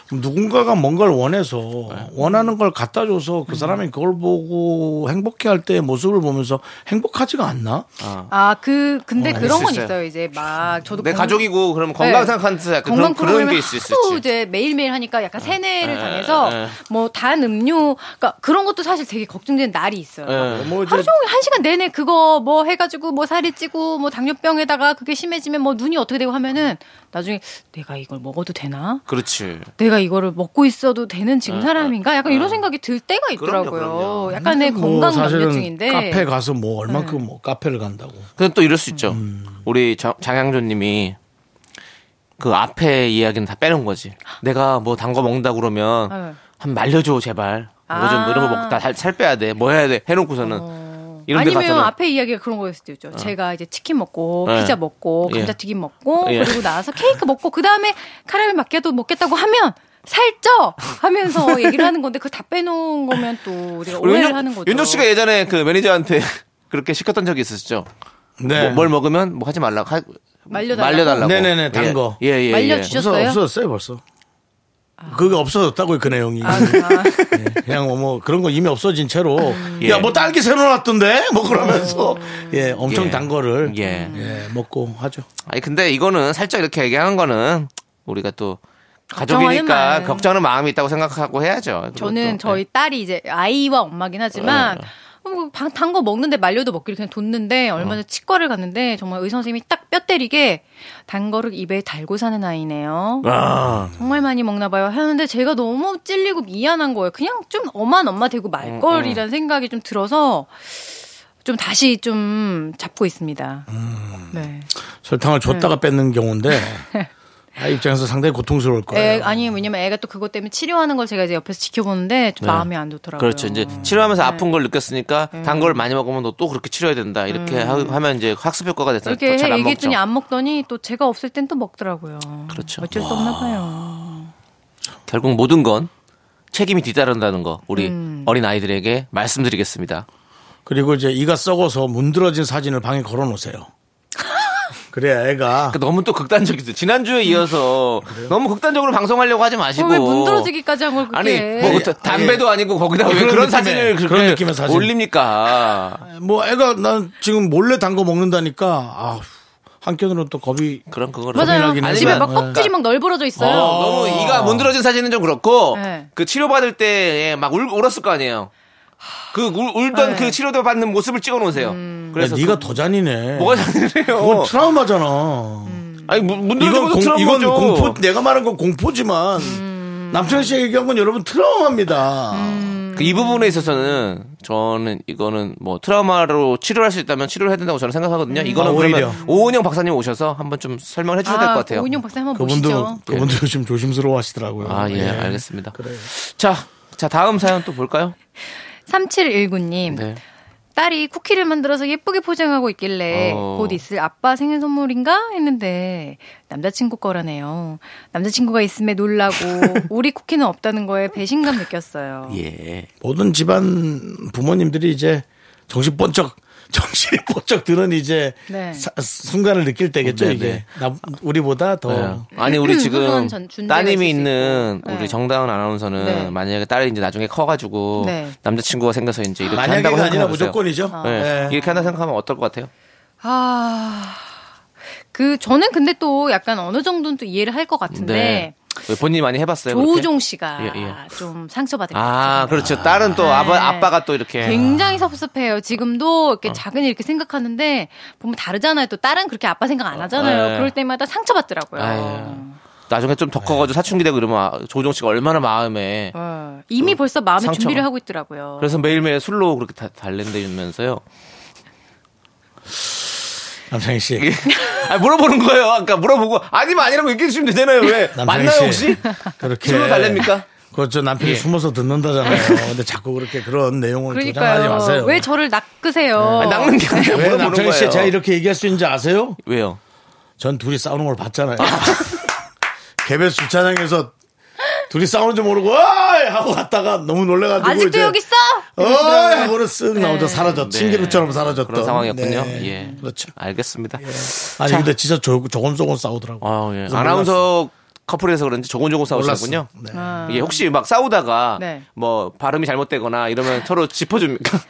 그럼 누군가가 뭔가를 원해서
네.
원하는 걸 갖다 줘서
음.
그 사람이 그걸 보고 행복해 할 때의 모습을 보면서 행복하지가 않나?
아, 그, 근데 그런
있을
건
수 있어요.
있어요. 이제 막, 저도.
내
건-
가족이고 그러면
네.
건강 생각하면서 약간 그런
건강
그런
프로그램을
게 있을 수 있지.
하도
어. 예,
이제 매일매일 하니까 약간 세뇌를
에,
당해서
에, 에.
뭐 단 음료 그러니까 그런 것도 사실 되게 걱정되는 날이 있어요.
예.
뭐 이제
하루 종일 한 시간 내내 그거 뭐 해가지고 뭐 살이 찌고 뭐 당뇨병에다가 그게 심해지면 뭐 눈이 어떻게 되고 하면은 나중에 내가 이걸 먹어도 되나?
그렇지.
내가 이거를 먹고 있어도 되는 지금 사람인가? 약간 이런 생각이 들 때가 있더라고요.
아, 그럼요.
약간의
뭐
건강
사실은
염려증인데. 네.
카페 가서 뭐 얼만큼 뭐 카페를 간다고.
근데 또 이럴 수 있죠.
음.
우리 장- 장양조님이 그 앞에 이야기는 다 빼놓은 거지. 내가 뭐 단 거 먹는다 그러면
네.
한 말려줘 제발. 뭐좀
아. 어.
이런 거 먹다 살, 살 빼야 돼. 뭐 해야 돼. 해놓고서는 이런 데
아니면
가서는
앞에 이야기가 그런 거일 수도 있죠. 제가 이제 치킨 먹고
아. 예.
피자 먹고
예.
감자튀김 먹고
예.
그리고 나서 케이크 먹고 그 다음에 카라멜 마키아도 먹겠다고 하면 살쪄 하면서 얘기를 하는 건데 그거 다 빼놓은 거면 또 우리가
우리
오해를
윤정-
하는 거죠.
윤정 씨가 예전에 그 매니저한테 <laughs> 그렇게 시켰던 적이 있었죠. 뭐, 뭘 먹으면 뭐 하지 말라고 하-
말려달라고?
네. 네네네, 단
예.
거.
예, 예, 예.
말려주셨-
없어,
주셨어요?
없어졌어요 벌써. 그게 없어졌다고요 그 내용이. <laughs> 예, 그냥 뭐, 뭐 그런 거 이미 없어진 채로
예.
야 뭐 딸기 새로 놨던데 뭐 그러면서 예 엄청
예.
단 거를
예.
예, 먹고 하죠.
아니 근데 이거는 살짝 이렇게 얘기하는 거는 우리가 또
걱정하는
가족이니까
마음.
걱정하는 마음이 있다고 생각하고 해야죠.
저는
그것도. 예.
저희 딸이 이제 아이와 엄마긴 하지만
어.
뭐 단거 먹는데 말려도 먹기를 그냥 뒀는데 얼마 전에 치과를 갔는데 정말 의사 선생님이 딱 뼈 때리게 단 거를 입에 달고 사는 아이네요.
아,
정말 많이 먹나 봐요. 하는데 제가 너무 찔리고 미안한 거예요. 그냥 좀 엄한 엄마 되고
음,
말걸이라는 생각이 좀 들어서 좀 다시 좀 잡고 있습니다.
음.
네.
설탕을 줬다가 뺏는 <laughs> 경우인데 아이 입장에서 상당히 고통스러울
애,
거예요.
아니 왜냐면 애가 또 그것 때문에 치료하는 걸 제가 이제 옆에서 지켜보는데 좀 마음이 안 좋더라고요.
네. 그렇죠.
네.
이제 치료하면서 아픈 걸 느꼈으니까 단 걸 많이 먹으면 너 또 그렇게 치료해야 된다. 이렇게 하- 하면 이제 학습 효과가 됐다.
음. 이렇게 해,
잘안 먹죠.
얘기했더니 안 먹더니 또 제가 없을 땐 또 먹더라고요.
그렇죠. 아.
어쩔 수 없나 봐요. 아-
결국 모든 건 책임이 뒤따른다는 거 우리
음.
어린 아이들에게 말씀드리겠습니다.
그리고 이제 이가 썩어서 문드러진 사진을 방에 걸어 <laughs> 놓으세요. 그래야 애가
그 너무 또 극단적이죠. 지난주에 이어서
아,
너무 극단적으로 방송하려고 하지 마시고.
그걸 어, 왜 문드러지기까지 한 걸 그렇게
뭐 아니,
해?
뭐, 그, 담배도 아니고 거기다 왜
예, 그런
그런,
느낌의-
사진을 그렇게
그런 느낌의 사진.
올립니까?
뭐 애가 난 지금 몰래 단 거 먹는다니까 아 한켠으로는 또 겁이
그런 그거를.
맞아요.
고민하긴
집에
하지만,
막 껍질이 막 널브러져 있어요.
어, 너무 이가 문드러진 사진은 좀 그렇고
네.
그 치료받을 때 막 울었을 거 아니에요. 그 울, 던
네. 음.
그 치료도 받는 모습을 찍어 놓으세요.
야,
그래서
네가
그-
더 잔인해.
뭐가 잘해요?
어.
그건 트라우마잖아.
음.
아니 문드러진
이건
것도
공,
트라우마죠. 그
이건 공포 내가 말한 건 공포지만
음.
남창희 씨 얘기한 건 여러분 트라우마입니다.
그 이 부분에 있어서는 저는 이거는 뭐 트라우마로 치료할 수 있다면 치료를 해야 된다고 저는 생각하거든요.
음.
이거는
아, 오히려.
그러면 오은영 박사님 오셔서 한번 좀 설명을 해주셔야 될 것 같아요.
오은영 박사 한번 보시죠.
그분도 그분도 요즘 조심스러워 하시더라고요.
아, 예, 알겠습니다. 자, 자, 다음 사연 또 볼까요?
3719님.
네.
딸이 쿠키를 만들어서 예쁘게 포장하고 있길래
어.
곧 있을 아빠 생일 선물인가 했는데 남자친구 거라네요. 남자친구가
<laughs>
있음에 놀라고 우리 쿠키는 없다는 거에 배신감 느꼈어요.
예.
모든 집안 부모님들이 이제 정신 번쩍 <laughs> 정신이 번쩍 드는 이제
네.
사- 순간을 느낄 때겠죠
네,
이게 나, 우리보다 더
네. 아니 우리 지금
어. 음, 그건 전- 준비가 있을
따님이
수
있는
있고. 네.
우리 정다은 아나운서는
네.
만약에 딸이 이제 나중에 커가지고
네. 어.
남자친구가 생겨서 이제 이렇게
만약에가
한다고
아니라
생각해보세요.
무조건이죠.
네.
네.
이렇게 한다 생각하면 어떨 것 같아요?
아. 그 저는 근데 또 약간 어느 정도는 또 이해를 할 것 같은데
네. 본인이 많이 해봤어요. 그렇게?
조우종 씨가
예, 예.
좀 상처받을 것 같아요. 네.
아, 그렇죠. 딸은 또 아빠, 아빠가 또 이렇게. 어.
굉장히 섭섭해요. 지금도 이렇게 작은 일 이렇게 생각하는데 보면 다르잖아요. 또 딸은 그렇게 아빠 생각 안 하잖아요.
네.
그럴 때마다 상처받더라고요.
아유. 나중에 좀
네.
더 커가지고 사춘기 되고 이러면 아, 조종 씨가 얼마나 마음에.
어, 이미 벌써 마음의
상처가.
준비를 하고 있더라고요.
그래서 매일매일 술로 그렇게 다- 달랜대면서요. <laughs>
남창희 씨
아, 물어보는 거예요. 아까 물어보고 아니면 아니라고 얘기해 주시면 되잖아요. 왜
남창희
만나요
씨.
혹시?
<laughs> 그렇게
술로 달랩니까?
그저 남편이
예.
숨어서 듣는다잖아요. 근데 자꾸 그렇게 그런 내용을 조장하지 마세요.
그러니까요. 왜 저를 낚으세요?
어. 네. 아니, 낚는 게 아니라
왜
물어보는
남창희
거예요.
씨 제가 이렇게 얘기할 수 있는지 아세요?
왜요?
전 둘이 싸우는 걸 봤잖아요. <laughs> 개별 주차장에서 둘이 싸우는 줄 모르고 어이! 하고 갔다가 너무 놀래가지고
아직도
이제
여기 있어?
어, 하고는 쓱 나오죠. 사라졌.
네.
신기루처럼 사라졌던.
그런 상황이었군요.
네.
예.
그렇죠.
알겠습니다.
아니, 근데 진짜 조, 조곤조곤 싸우더라고.
아, 예.
그래서
아나운서 커플에서 그런지 조곤조곤 싸우시는군요.
몰랐어. 네.
아.
이게 혹시 막 싸우다가
네.
뭐 발음이 잘못되거나 이러면 서로 짚어줍니까?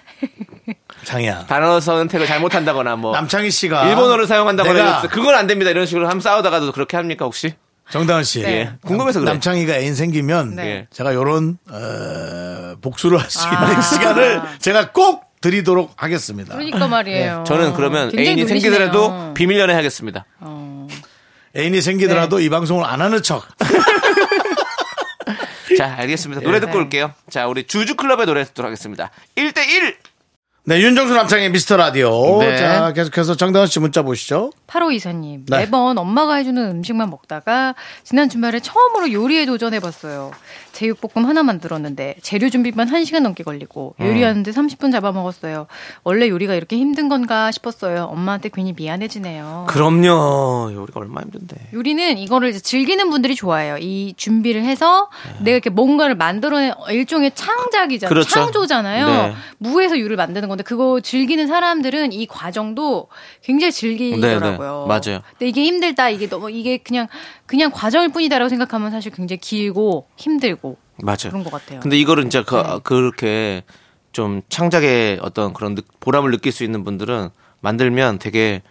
<laughs>
장이야.
단어 선택을 잘못한다거나 뭐
남창희 씨가.
일본어를 사용한다거나
내가
이랬어요. 그건 안 됩니다. 이런 식으로 하면 싸우다가도 그렇게 합니까 혹시?
정다은 씨.
네.
예. 궁금해서 그래요. 예.
남창희가 애인 생기면
네.
제가 요런 어, 복수를 할 수 있는
아.
시간을 제가 꼭 드리도록 하겠습니다.
그러니까 말이에요.
네. 저는 그러면
굉장히
애인이
놀리시네요.
생기더라도 비밀 연애 하겠습니다.
어.
애인이
네.
생기더라도 이 방송을 안 하는 척.
자, 알겠습니다. 노래 듣고
네.
올게요. 자, 우리 주주클럽의 노래 듣도록 하겠습니다. 1대1!
네, 윤정수 남창의 미스터 라디오.
네.
자, 계속해서 정다은 씨 문자 보시죠.
8호 이사님,
네.
매번 엄마가 해주는 음식만 먹다가 지난 주말에 처음으로 요리에 도전해봤어요. 제육볶음 하나 만들었는데 재료 준비만 1시간 넘게 걸리고 요리하는데 30분 잡아먹었어요. 원래 요리가 이렇게 힘든 건가 싶었어요. 엄마한테 괜히 미안해지네요.
그럼요. 요리가 얼마나 힘든데.
요리는 이거를 이제 즐기는 분들이 좋아해요. 이 준비를 해서 내가 이렇게 뭔가를 만들어낸 일종의
네.
창작이잖아요.
그렇죠.
창조잖아요.
네.
무에서 유를 만드는 건데 그거 즐기는 사람들은 이 과정도 굉장히 즐기더라고요.
네, 네. 맞아요.
근데 이게 힘들다. 이게 너무 이게 그냥 그냥 과정일 뿐이다라고 생각하면 사실 굉장히 길고 힘들고
맞아요.
그런 것 같아요.
근데 이거를 이제 그,
네.
그렇게 좀 창작의 어떤 그런 느- 보람을 느낄 수 있는 분들은 만들면 되게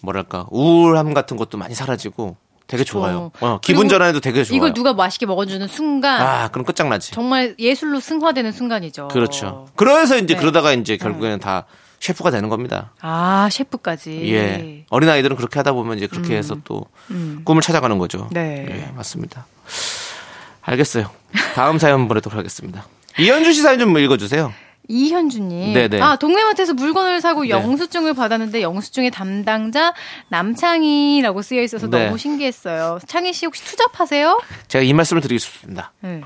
뭐랄까 우울함 같은 것도 많이 사라지고 되게 좋아요.
어.
어, 기분
그리고
전환에도 되게 좋아요.
이걸 누가 맛있게 먹어주는 순간
아 그럼 끝장나지.
정말 예술로 승화되는 순간이죠.
그렇죠. 그래서 이제
네.
그러다가 이제 결국에는 다 셰프가 되는 겁니다.
아 셰프까지.
예. 어린 아이들은 그렇게 하다 보면 이제 그렇게 해서 또 꿈을 찾아가는 거죠.
음. 네.
예, 맞습니다. 알겠어요. 다음 사연 보내도록 하겠습니다. 이현주 씨 사연 좀 읽어주세요.
이현주님.
네네.
아, 동네마트에서 물건을 사고 영수증을 받았는데 영수증의 담당자 남창희라고 쓰여 있어서
네.
너무 신기했어요. 창희 씨 혹시 투잡하세요?
제가 이 말씀을 드리고 싶습니다.
네.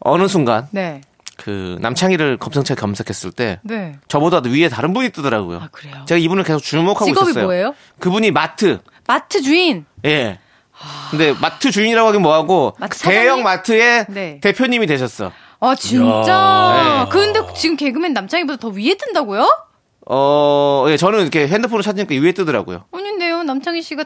어느 순간
네.
그 남창희를 검색창에 검색했을 때
네.
저보다 위에 다른 분이 뜨더라고요.
아, 그래요?
제가 이분을 계속 주목하고
직업이
있었어요.
뭐예요?
그분이 마트.
마트 주인.
예. 근데 마트 주인이라고 하긴 뭐하고
아. 마트 사장님?
대형 마트의
네.
대표님이 되셨어.
아, 진짜.
네.
근데 지금 개그맨 남창희보다 더 위에 뜬다고요?
어, 예, 저는 이렇게 핸드폰을 찾으니까 위에 뜨더라고요.
아닌데요. 남창희 씨가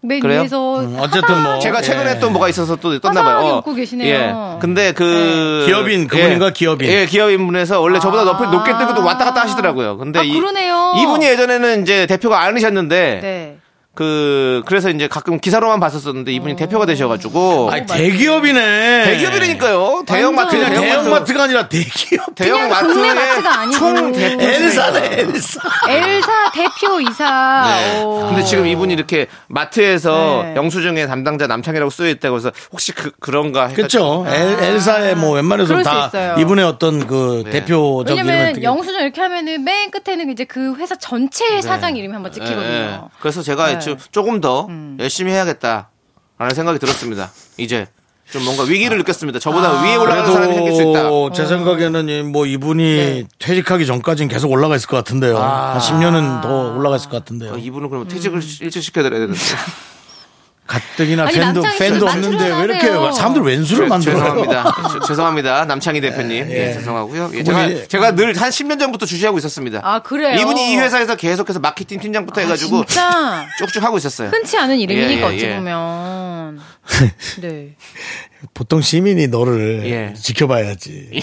탁맨
그래요?
위에서
음, 어쨌든 뭐.
제가 최근에
예.
또 뭐가 있어서 또 떴나봐요.
화사하게 웃고 계시네요.
근데 그
네. 기업인, 그분인가,
예.
기업인?
예, 기업인분에서 원래 저보다
아.
높게, 높게 뜨고 또 왔다 갔다 하시더라고요. 근데
아, 그러네요.
이, 분이 예전에는 이제 대표가 아니셨는데
네.
그 그래서 이제 가끔 기사로만 봤었었는데
어.
이분이 대표가 되셔가지고
아니, 대기업이네.
대기업이라니까요. 대형마트
그냥
대형마트.
대형마트가 아니라 대기업.
그냥 동네 마트가
대형마트의
아니고.
총 대표.
엘사네, 엘사.
엘사 대표 이사. 아, 어. 오.
네. 근데 지금 이분이 이렇게 마트에서
네.
영수증의 담당자 남창이라고 쓰여 있다고 해서 혹시 그 그런가 해가-
그렇죠. 엘, 엘사의 뭐 웬만해서
그럴 수
다
있어요.
이분의 어떤 그
네.
대표적 이름을
왜냐면
띄-
영수증 이렇게 하면은 맨 끝에는 이제 그 회사 전체의 사장 이름이 한번
예,
찍히거든요.
예. 그래서 제가
네.
좀- 조금 더 열심히 해야겠다라는 생각이 들었습니다. 이제 좀 뭔가 위기를 느꼈습니다. 저보다 위에 올라가는 사람이 생길 수 있다. 음. 네.
그래도 제 생각에는 이뭐 이분이 퇴직하기 전까지는 계속 올라가 있을 것 같은데요.
아.
한 10년은 더 올라가 있을 것 같은데요.
어, 이분은 그럼 퇴직을 일찍 시켜드려야 되는데.
가뜩이나
아니,
팬도
남창희
팬도
씨
없는데 왜 이렇게
만들어놔요.
사람들 왼수를 만들어요?
죄송합니다. 죄- 죄송합니다. 남창희 대표님. 예, 죄송하고요. 예, 제가,
분이-
제가 늘 한 10년 전부터 주시하고 있었습니다.
아, 그래요?
이분이 이 회사에서 계속해서 마케팅 팀장부터 해가지고
진짜
쭉쭉 하고 있었어요.
흔치 않은 이름이니까
예, 예,
어찌
예. <laughs>
보면. 네.
<laughs> 보통 시민이 너를
예.
지켜봐야지.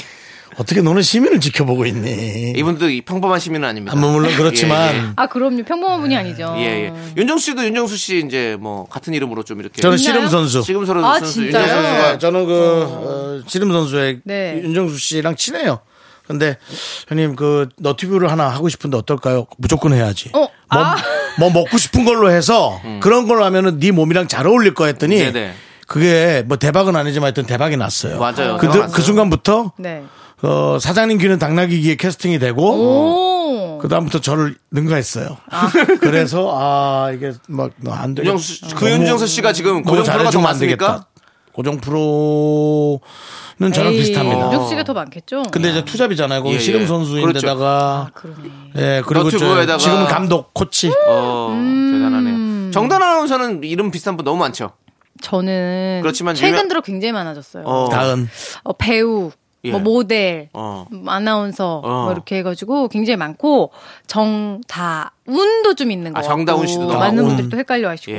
어떻게 너는 시민을 지켜보고 있니?
이분도 예, 이 평범한 시민은 아닙니다.
아, 뭐 물론 그렇지만
아 그럼요. 평범한 분이 아니죠.
예, 예. 예, 예. 윤정수 씨도 윤정수 씨 이제 뭐 같은 이름으로 좀 이렇게
저는
있나요?
씨름 선수.
지금 서로
아,
선수
진짜요?
윤정수 선수가
네, 저는 그 어, 씨름 선수의
네.
윤정수 씨랑 친해요. 근데 형님 그 너튜브를 하나 하고 싶은데 어떨까요? 무조건 해야지.
어,
뭐, 뭐 먹고 싶은 걸로 해서 그런 걸로 하면은 네 몸이랑 잘 어울릴 거 했더니
음. 네네.
그게 뭐 대박은 아니지만 하여튼 대박이 났어요.
맞아요.
그,
대박 났어요.
그 순간부터
네.
어, 사장님 귀는 당나귀기에 캐스팅이
어.
되고
오.
그 다음부터 저를 능가했어요.
<laughs>
그래서 아 이게 막안 되겠다.
윤정수 씨- 그 윤정수 씨가 지금
네. 어. 너무
고정 프로가 더
잘해주면 안
많습니까?
되겠다. 고정 프로는 저랑
에이,
비슷합니다.
어.
육수가 더 많겠죠.
그
근데 이제 투잡이잖아요. 거기
예, 예.
씨름 선수인데다가
그러네.
예 그리고 저
너튜브에다가.
지금은 감독 코치
어,
음.
대단하네요. 정단 아나운서는 이름 비슷한 분 너무 많죠.
저는
그렇지만
최근
유명-
들어 굉장히 많아졌어요.
어.
다은
어, 배우,
예.
뭐 모델,
어.
음, 아나운서
어.
뭐 이렇게 해가지고 굉장히 많고 정다운도 좀 있는 거
아, 정다운 씨도 나오고.
어. 많은 분들이 또 헷갈려 하시고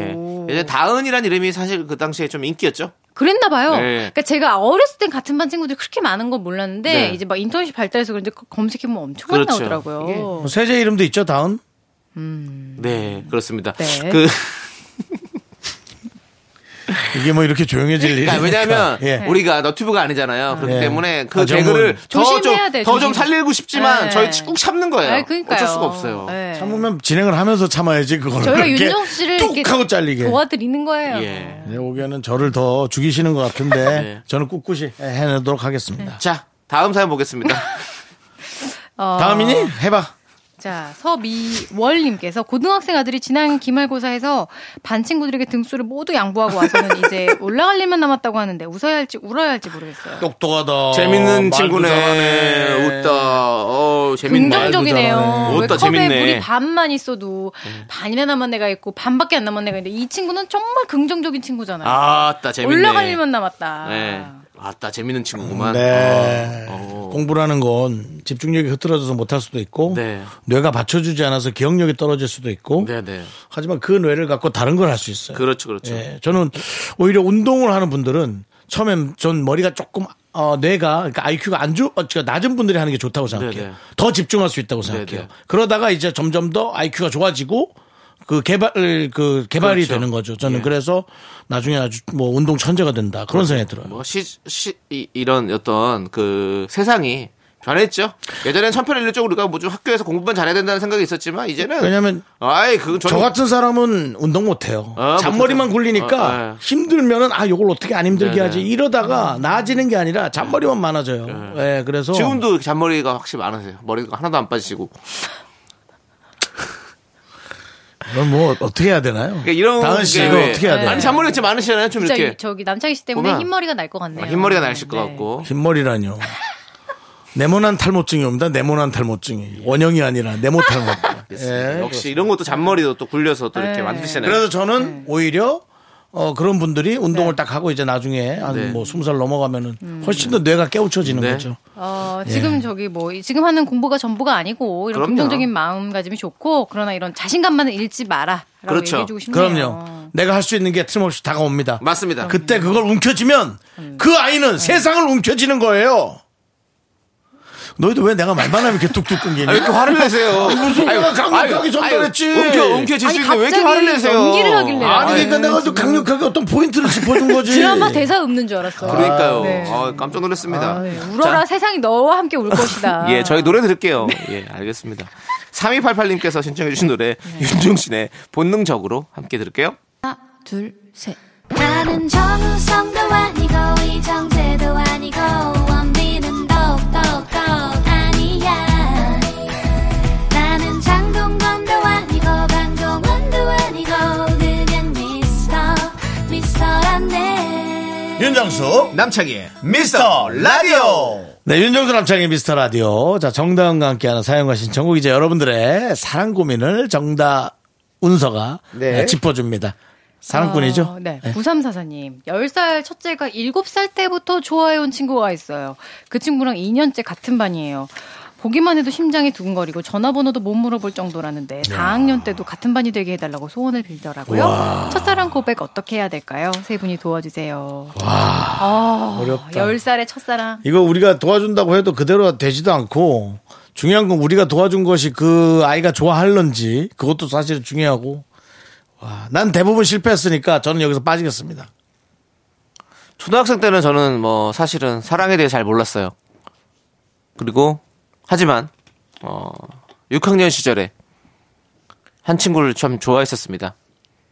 예. 예전에 다은이란 이름이 사실 그 당시에 좀 인기였죠.
그랬나 봐요.
네.
그러니까 제가 어렸을 땐 같은 반 친구들이 그렇게 많은 건 몰랐는데
네.
이제 막 인터넷이 발달해서 그런지 검색해 보면 엄청
그렇죠.
많이 나오더라고요.
세제 이름도 있죠, 다운?
네, 그렇습니다.
네.
그
이게 뭐 이렇게 조용해질 일이.
그러니까 왜냐하면
예.
우리가 너튜브가 아니잖아요. 그렇기
예.
때문에 그
아, 정말.
개그를 더 좀
조심해야
더
돼,
좀
조심.
살리고 싶지만
네.
저희 꾹 참는 거예요.
아니, 그러니까요.
어쩔 수가 없어요.
네.
참으면 진행을 하면서 참아야지 그걸.
저희가
그렇게
윤정 씨를
뚝 하고 잘리게.
도와드리는 거예요.
예.
내 보기에는 저를 더 죽이시는 것 같은데
<laughs> 네.
저는 꿋꿋이 해내도록
네.
하겠습니다.
자, 다음 사연
<laughs>
보겠습니다.
어,
다음이니 해봐.
자, 서미월님께서 고등학생 아들이 지난 기말고사에서 반 친구들에게 등수를 모두 양보하고 와서는 이제 올라갈 일만 남았다고 하는데 웃어야 할지 울어야 할지 모르겠어요.
똑똑하다.
재밌는
말도
친구네.
잘하네.
웃다. 어, 재밌네.
긍정적이네요.
말도 잘하네.
왜
웃다
컵에
재밌네. 음.
물이 반만 있어도 반이나 남은 애가 있고 반밖에 안 남은 애가 있는데 이 친구는 정말 긍정적인 친구잖아요.
아따 재밌네.
올라갈 일만 남았다.
네. 아따 재밌는 친구구만.
네.
어.
공부라는 건 집중력이 흐트러져서 못할 수도 있고
네.
뇌가 받쳐주지 않아서 기억력이 떨어질 수도 있고
네, 네.
하지만 그 뇌를 갖고 다른 걸 할 수 있어요.
그렇죠, 그렇죠.
예, 저는 오히려 운동을 하는 분들은 처음엔 전 머리가 조금 어, 뇌가 그러니까 IQ가 안 주, 어, 제가 낮은 분들이 하는 게 좋다고 생각해요.
네네.
더 집중할 수 있다고 생각해요.
네네.
그러다가 이제 점점 더 IQ가 좋아지고 그 개발 그 개발이
그렇죠.
되는 거죠. 저는
예.
그래서 나중에 아주 뭐 운동 천재가 된다 그런 생각이 들어요.
뭐 시, 시 이, 이런 어떤 그 세상이 변했죠. 예전엔 천편일률적으로 우리가 뭐 좀 학교에서 공부만 잘해야 된다는 생각이 있었지만 이제는
왜냐하면
아이 그건
저 같은 사람은 운동 못해요.
아,
잔머리만
못해요.
굴리니까
아, 아.
힘들면은 아 요걸 어떻게 안 힘들게
네네. 음.
하지 이러다가 나아지는 게 아니라 잔머리만 많아져요. 예, 그래서
네. 지금도 잔머리가 확실히 많으세요. 머리가 하나도 안 빠지시고.
그럼 뭐 어떻게 해야 되나요?
그러니까 이런
다은 씨 이거
왜-
어떻게 해야 돼요?
아니 잔머리가 진짜 많으시잖아요. 좀
네. 진짜
이렇게
이- 저기 남창희 씨 때문에
보면-
흰머리가 날 것 같네요.
아, 흰머리가 나실 것
네.
같고.
흰머리라뇨. 네모난 탈모증이 옵니다. 네모난 탈모증이 원형이 아니라 네모 탈모. 예.
역시 이런 것도 잔머리도 또 굴려서 또 이렇게
네.
만드시잖아요.
그래서 저는 오히려 어, 그런 분들이 운동을
네.
딱 하고 이제 나중에
네.
한뭐 스무 살 넘어가면은 훨씬 더 뇌가 깨우쳐지는
네.
거죠.
어, 지금 저기 뭐 이- 지금 하는 공부가 전부가 아니고 이런
그럼요.
긍정적인 마음가짐이 좋고 그러나 이런 자신감만은 잃지 마라라고
그렇죠.
얘기해주고 싶네요.
그럼요. 음. 내가 할 수 있는 게 틀림없이 다가옵니다.
맞습니다.
그때 그걸 움켜쥐면 그 아이는 세상을 움켜쥐는 거예요. 너희도 왜 내가 말만 하면 이렇게 뚝뚝 끊기니?
아, 왜 이렇게 화를 내세요?
무슨
아유,
내가 강력하게
아유,
전달했지.
아유, 움켜, 움켜 질
아니,
수 있는데 왜 이렇게
갑자기
화를 내세요?
연기를 하길래요.
아니
아니,
그러니까 내가 좀 강력하게 어떤 포인트를 짚어준 거지.
드라마 대사 없는 줄 알았어요.
그러니까요.
네.
아, 깜짝 놀랐습니다.
네, 아. 울어라 세상이 너와
<laughs>
함께 울 것이다.
예, 저희 노래 들을게요. 예, 알겠습니다. 3288님께서 신청해주신 노래,
네.
윤종신의 본능적으로 함께 들을게요.
나는 정우성도 아니고 이정재도 아니고 원빈은 더욱더 아니야 나는 장동건도 아니고 방종원도 아니고 그냥 미스터 미스터란데
윤정수 남창희의 미스터 라디오
네, 윤정수 남창의 미스터 라디오. 자, 정다은과 함께하는 사연과 신청곡 이제 여러분들의 사랑 고민을 정다 운서가
네.
네, 짚어줍니다. 사랑꾼이죠?
어, 네. 9344님. 10살 첫째가 7살 때부터 좋아해온 친구가 있어요. 그 친구랑 2년째 같은 반이에요. 보기만 해도 심장이 두근거리고 전화번호도 못 물어볼 정도라는데 4학년 때도 같은 반이 되게 해달라고 소원을 빌더라고요. 첫사랑 고백 어떻게 해야 될까요? 세 분이 도와주세요. 와,
어렵다.
10살의 첫사랑.
이거 우리가 도와준다고 해도 그대로 되지도 않고 중요한 건 우리가 도와준 것이 그 아이가 좋아할런지 그것도 사실 중요하고 와, 난 대부분 실패했으니까 저는 여기서 빠지겠습니다.
초등학생 때는 저는 뭐 사실은 사랑에 대해 잘 몰랐어요. 그리고, 하지만, 어, 6학년 시절에 한 친구를 참 좋아했었습니다.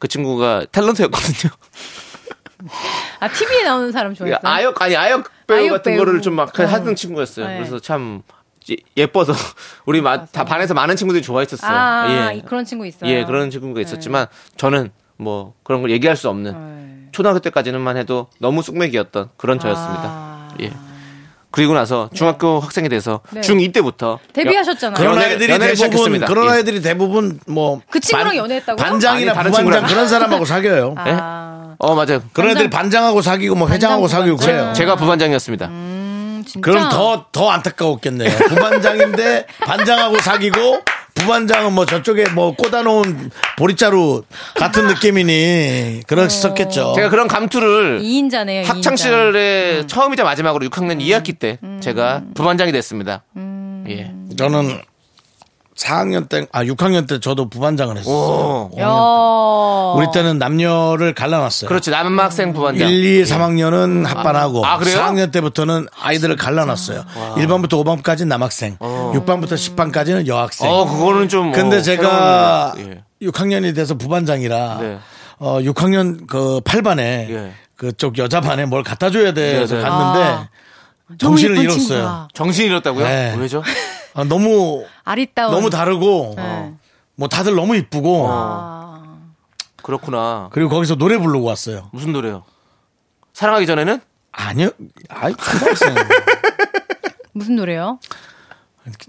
그 친구가 탤런트였거든요.
어,
그
아, TV에 나오는 사람 좋아했어요?
아역 아니 아역 배우
아역
같은
배우.
거를 좀 막
어.
하던 친구였어요.
네.
그래서 참 예- 예뻐서 <laughs> 우리 마- 다 반에서 많은 친구들이 좋아했었어요.
아,
예.
이- 그런 친구 있어요.
예, 그런 친구가 있었지만 저는 뭐 그런 걸 얘기할 수 없는
네.
초등학교 때까지는만 해도 너무 쑥맥이었던 그런 저였습니다.
아.
예. 그리고 나서 중학교 학생이 돼서
네.
중2 때부터
데뷔하셨잖아요.
그런
연애를-
아이들이
연애를
대부분
시작했습니다.
그런
예.
아이들이 대부분 뭐
그 친구랑 연애했다고요?
반장이나
아니, 다른
부반장
친구랑.
그런 사람하고 사귀어요.
예?
아,
어 맞아요.
그런
반장-
애들 반장하고 사귀고 뭐 회장하고
반장,
사귀고
부반장.
그래요.
제가 부반장이었습니다.
아. 음, 진짜.
그럼 더 더 안타까웠겠네요. 부반장인데 반장하고 사귀고 부반장은 뭐 저쪽에 뭐 꽂아놓은 보리자루 같은 느낌이니
어.
그랬었겠죠.
제가 그런 감투를
2인자네요.
학창 시절에 처음이자 마지막으로 6학년 2학기 때
음.
제가 부반장이 됐습니다. 예.
저는 4학년 때, 아 6학년 때 저도 부반장을 했어요.
오.
우리 때는 남녀를 갈라놨어요.
그렇지 남학생 부반장.
1, 2, 3학년은 합반하고
아, 그래요?
4학년 때부터는 아이들을 갈라놨어요. 1반부터 5반까지는 남학생, 6반부터 10반까지는 여학생.
어 그거는 좀.
근데
어,
제가
새로운, 예.
6학년이 돼서 부반장이라
네.
어, 6학년 그 8반에
예.
그쪽 여자 반에 뭘 갖다 줘야 돼서
네, 네.
갔는데 정신을
아.
잃었어요.
정신이 잃었다고요?
네.
왜죠?
아, 너무
아리따운.
너무 다르고
어. 네.
뭐 다들 너무 이쁘고
어.
아,
그렇구나.
그리고 거기서 노래 부르고 왔어요.
무슨 노래요? 사랑하기 전에는
아니요, 아이 고등학생
무슨 노래요?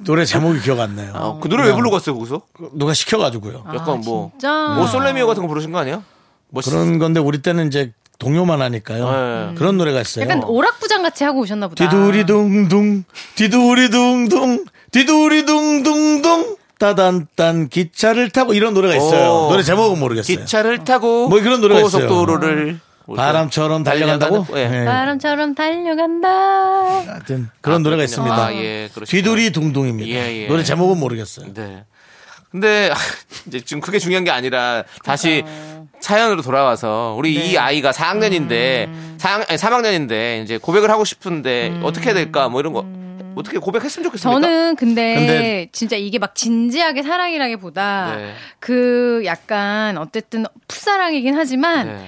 노래 제목이 기억 안 나요.
아, 그 노래 왜 부르고 왔어요 거기서?
누가 시켜가지고요.
약간 뭐
아, 진짜.
뭐 솔레미오 같은 거 부르신 거 아니에요? 뭐
그런 건데 우리 때는 이제 동요만 하니까요. 음.
네.
그런 노래가 있어요.
약간 오락부장 같이 하고 오셨나 보다.
디두리둥둥 디두리둥둥 디두리둥둥둥 따단딴 기차를 타고 이런 노래가 있어요.
오.
노래 제목은 모르겠어요.
기차를 타고
뭐 그런 노래가 있어요.
고속도로를 뭐
바람처럼 달려간다고?
예.
예.
아. 바람처럼 달려간다.
하여튼 그런 노래가 있습니다.
아, 예, 그렇죠.
뒤두리둥둥입니다.
예, 예.
노래 제목은 모르겠어요.
네. 근데 <laughs> 이제 지금 그게 중요한 게 아니라 다시 사연으로 돌아와서 우리
네.
이 아이가 4학년인데
음.
4학, 아니, 3학년인데 이제 고백을 하고 싶은데 어떻게 해야 될까 뭐 이런 거 어떻게 고백했으면 좋겠습니까?
음. 저는 근데,
그러니까. 근데-
진짜 이게 막 진지하게 사랑이라기보다
네.
그 약간 어쨌든 풋사랑이긴 하지만
네.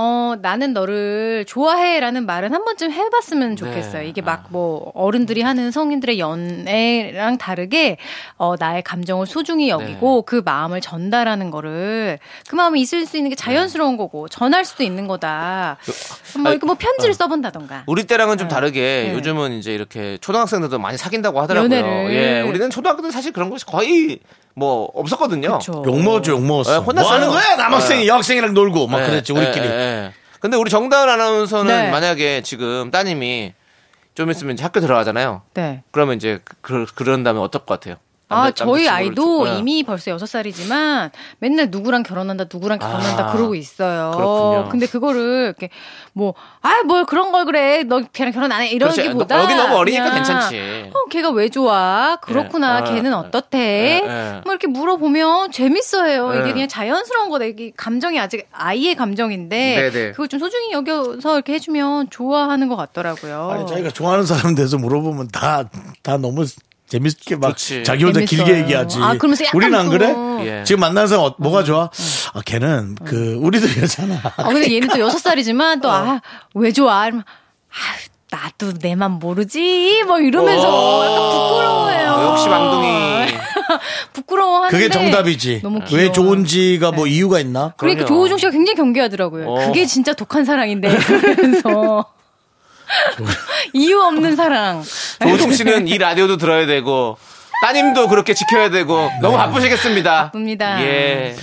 어 나는 너를 좋아해라는 말은 한 번쯤
네.
해봤으면 좋겠어요.
아.
이게 막 뭐 어른들이 하는 성인들의 연애랑 다르게 어 나의 감정을 소중히
네.
여기고 그 마음을 전달하는 거를 그 마음이 있을 수 있는 게
네.
자연스러운 거고 전할 수도 있는 거다.
그,
뭐 이렇게 뭐
아.
편지를 써본다던가.
우리 때랑은 좀 다르게
네.
요즘은 이제 이렇게 초등학생들도 많이 사귄다고 하더라고요.
연애를.
예, 우리는 초등학교 때 사실 그런 것이 거의 뭐 없었거든요.
그쵸.
욕 먹었죠, 욕 먹었어.
예,
뭐
혼났어요.
하는 거야? 남학생이
예.
여학생이랑 놀고 막
예,
그랬지 우리끼리.
예, 예. 근데 우리 정다은 아나운서는
네.
만약에 지금 따님이 좀 있으면 이제 학교 들어가잖아요.
네.
그러면 이제 그, 그- 그런다면 어떨 것 같아요?
아, 저희
남자친구를
아이도
좀- 예.
이미 벌써 여섯 살이지만 맨날 누구랑 결혼한다, 누구랑 결혼한다
아,
그러고 있어요.
그렇군요.
근데 그거를 이렇게 뭐, 아, 뭘 그런 걸 그래. 너 걔랑 결혼 안 해.
그렇지.
이러기보다.
여기 너무 어리니까
그냥,
괜찮지.
어, 걔가 왜 좋아? 그렇구나.
예,
걔는
예,
어떻대?
예, 예.
뭐 이렇게 물어보면 재밌어요.
예.
이게 그냥 자연스러운 거다. 이게 감정이 아직 아이의 감정인데
네, 네.
그걸 좀 소중히 여겨서 이렇게 해주면 좋아하는 것 같더라고요.
아니, 자기가 좋아하는 사람 돼서 물어보면 다, 다 너무 재밌게 막
좋지.
자기 혼자
재밌어요.
길게 얘기하지.
아, 그러면서 약간
우리는 안
또- 어. 음.
그래?
예.
지금 만나는 사람 어- 뭐가 좋아? 아, 걔는 그, 우리도 이러잖아.
아, 근데 얘는 또 여섯
어.
살이지만 또, 아, 왜 좋아? 이러면, 아, 나도 내 맘 모르지? 뭐
어.
이러면서 약간 부끄러워해요.
어, 역시 망둥이.
<laughs> 부끄러워하는데.
그게 정답이지.
너무
왜
귀여워요.
좋은지가 뭐 이유가 있나?
그러니까
그럼요.
조우종 씨가 굉장히 경계하더라고요.
어.
그게 진짜 독한
<laughs>
사랑인데. <laughs> 그러면서. 이유 없는 사랑.
조우종 씨는 이 라디오도 들어야 되고 따님도 그렇게 지켜야 되고 너무 바쁘시겠습니다.
네. 바쁩니다. 음.
예.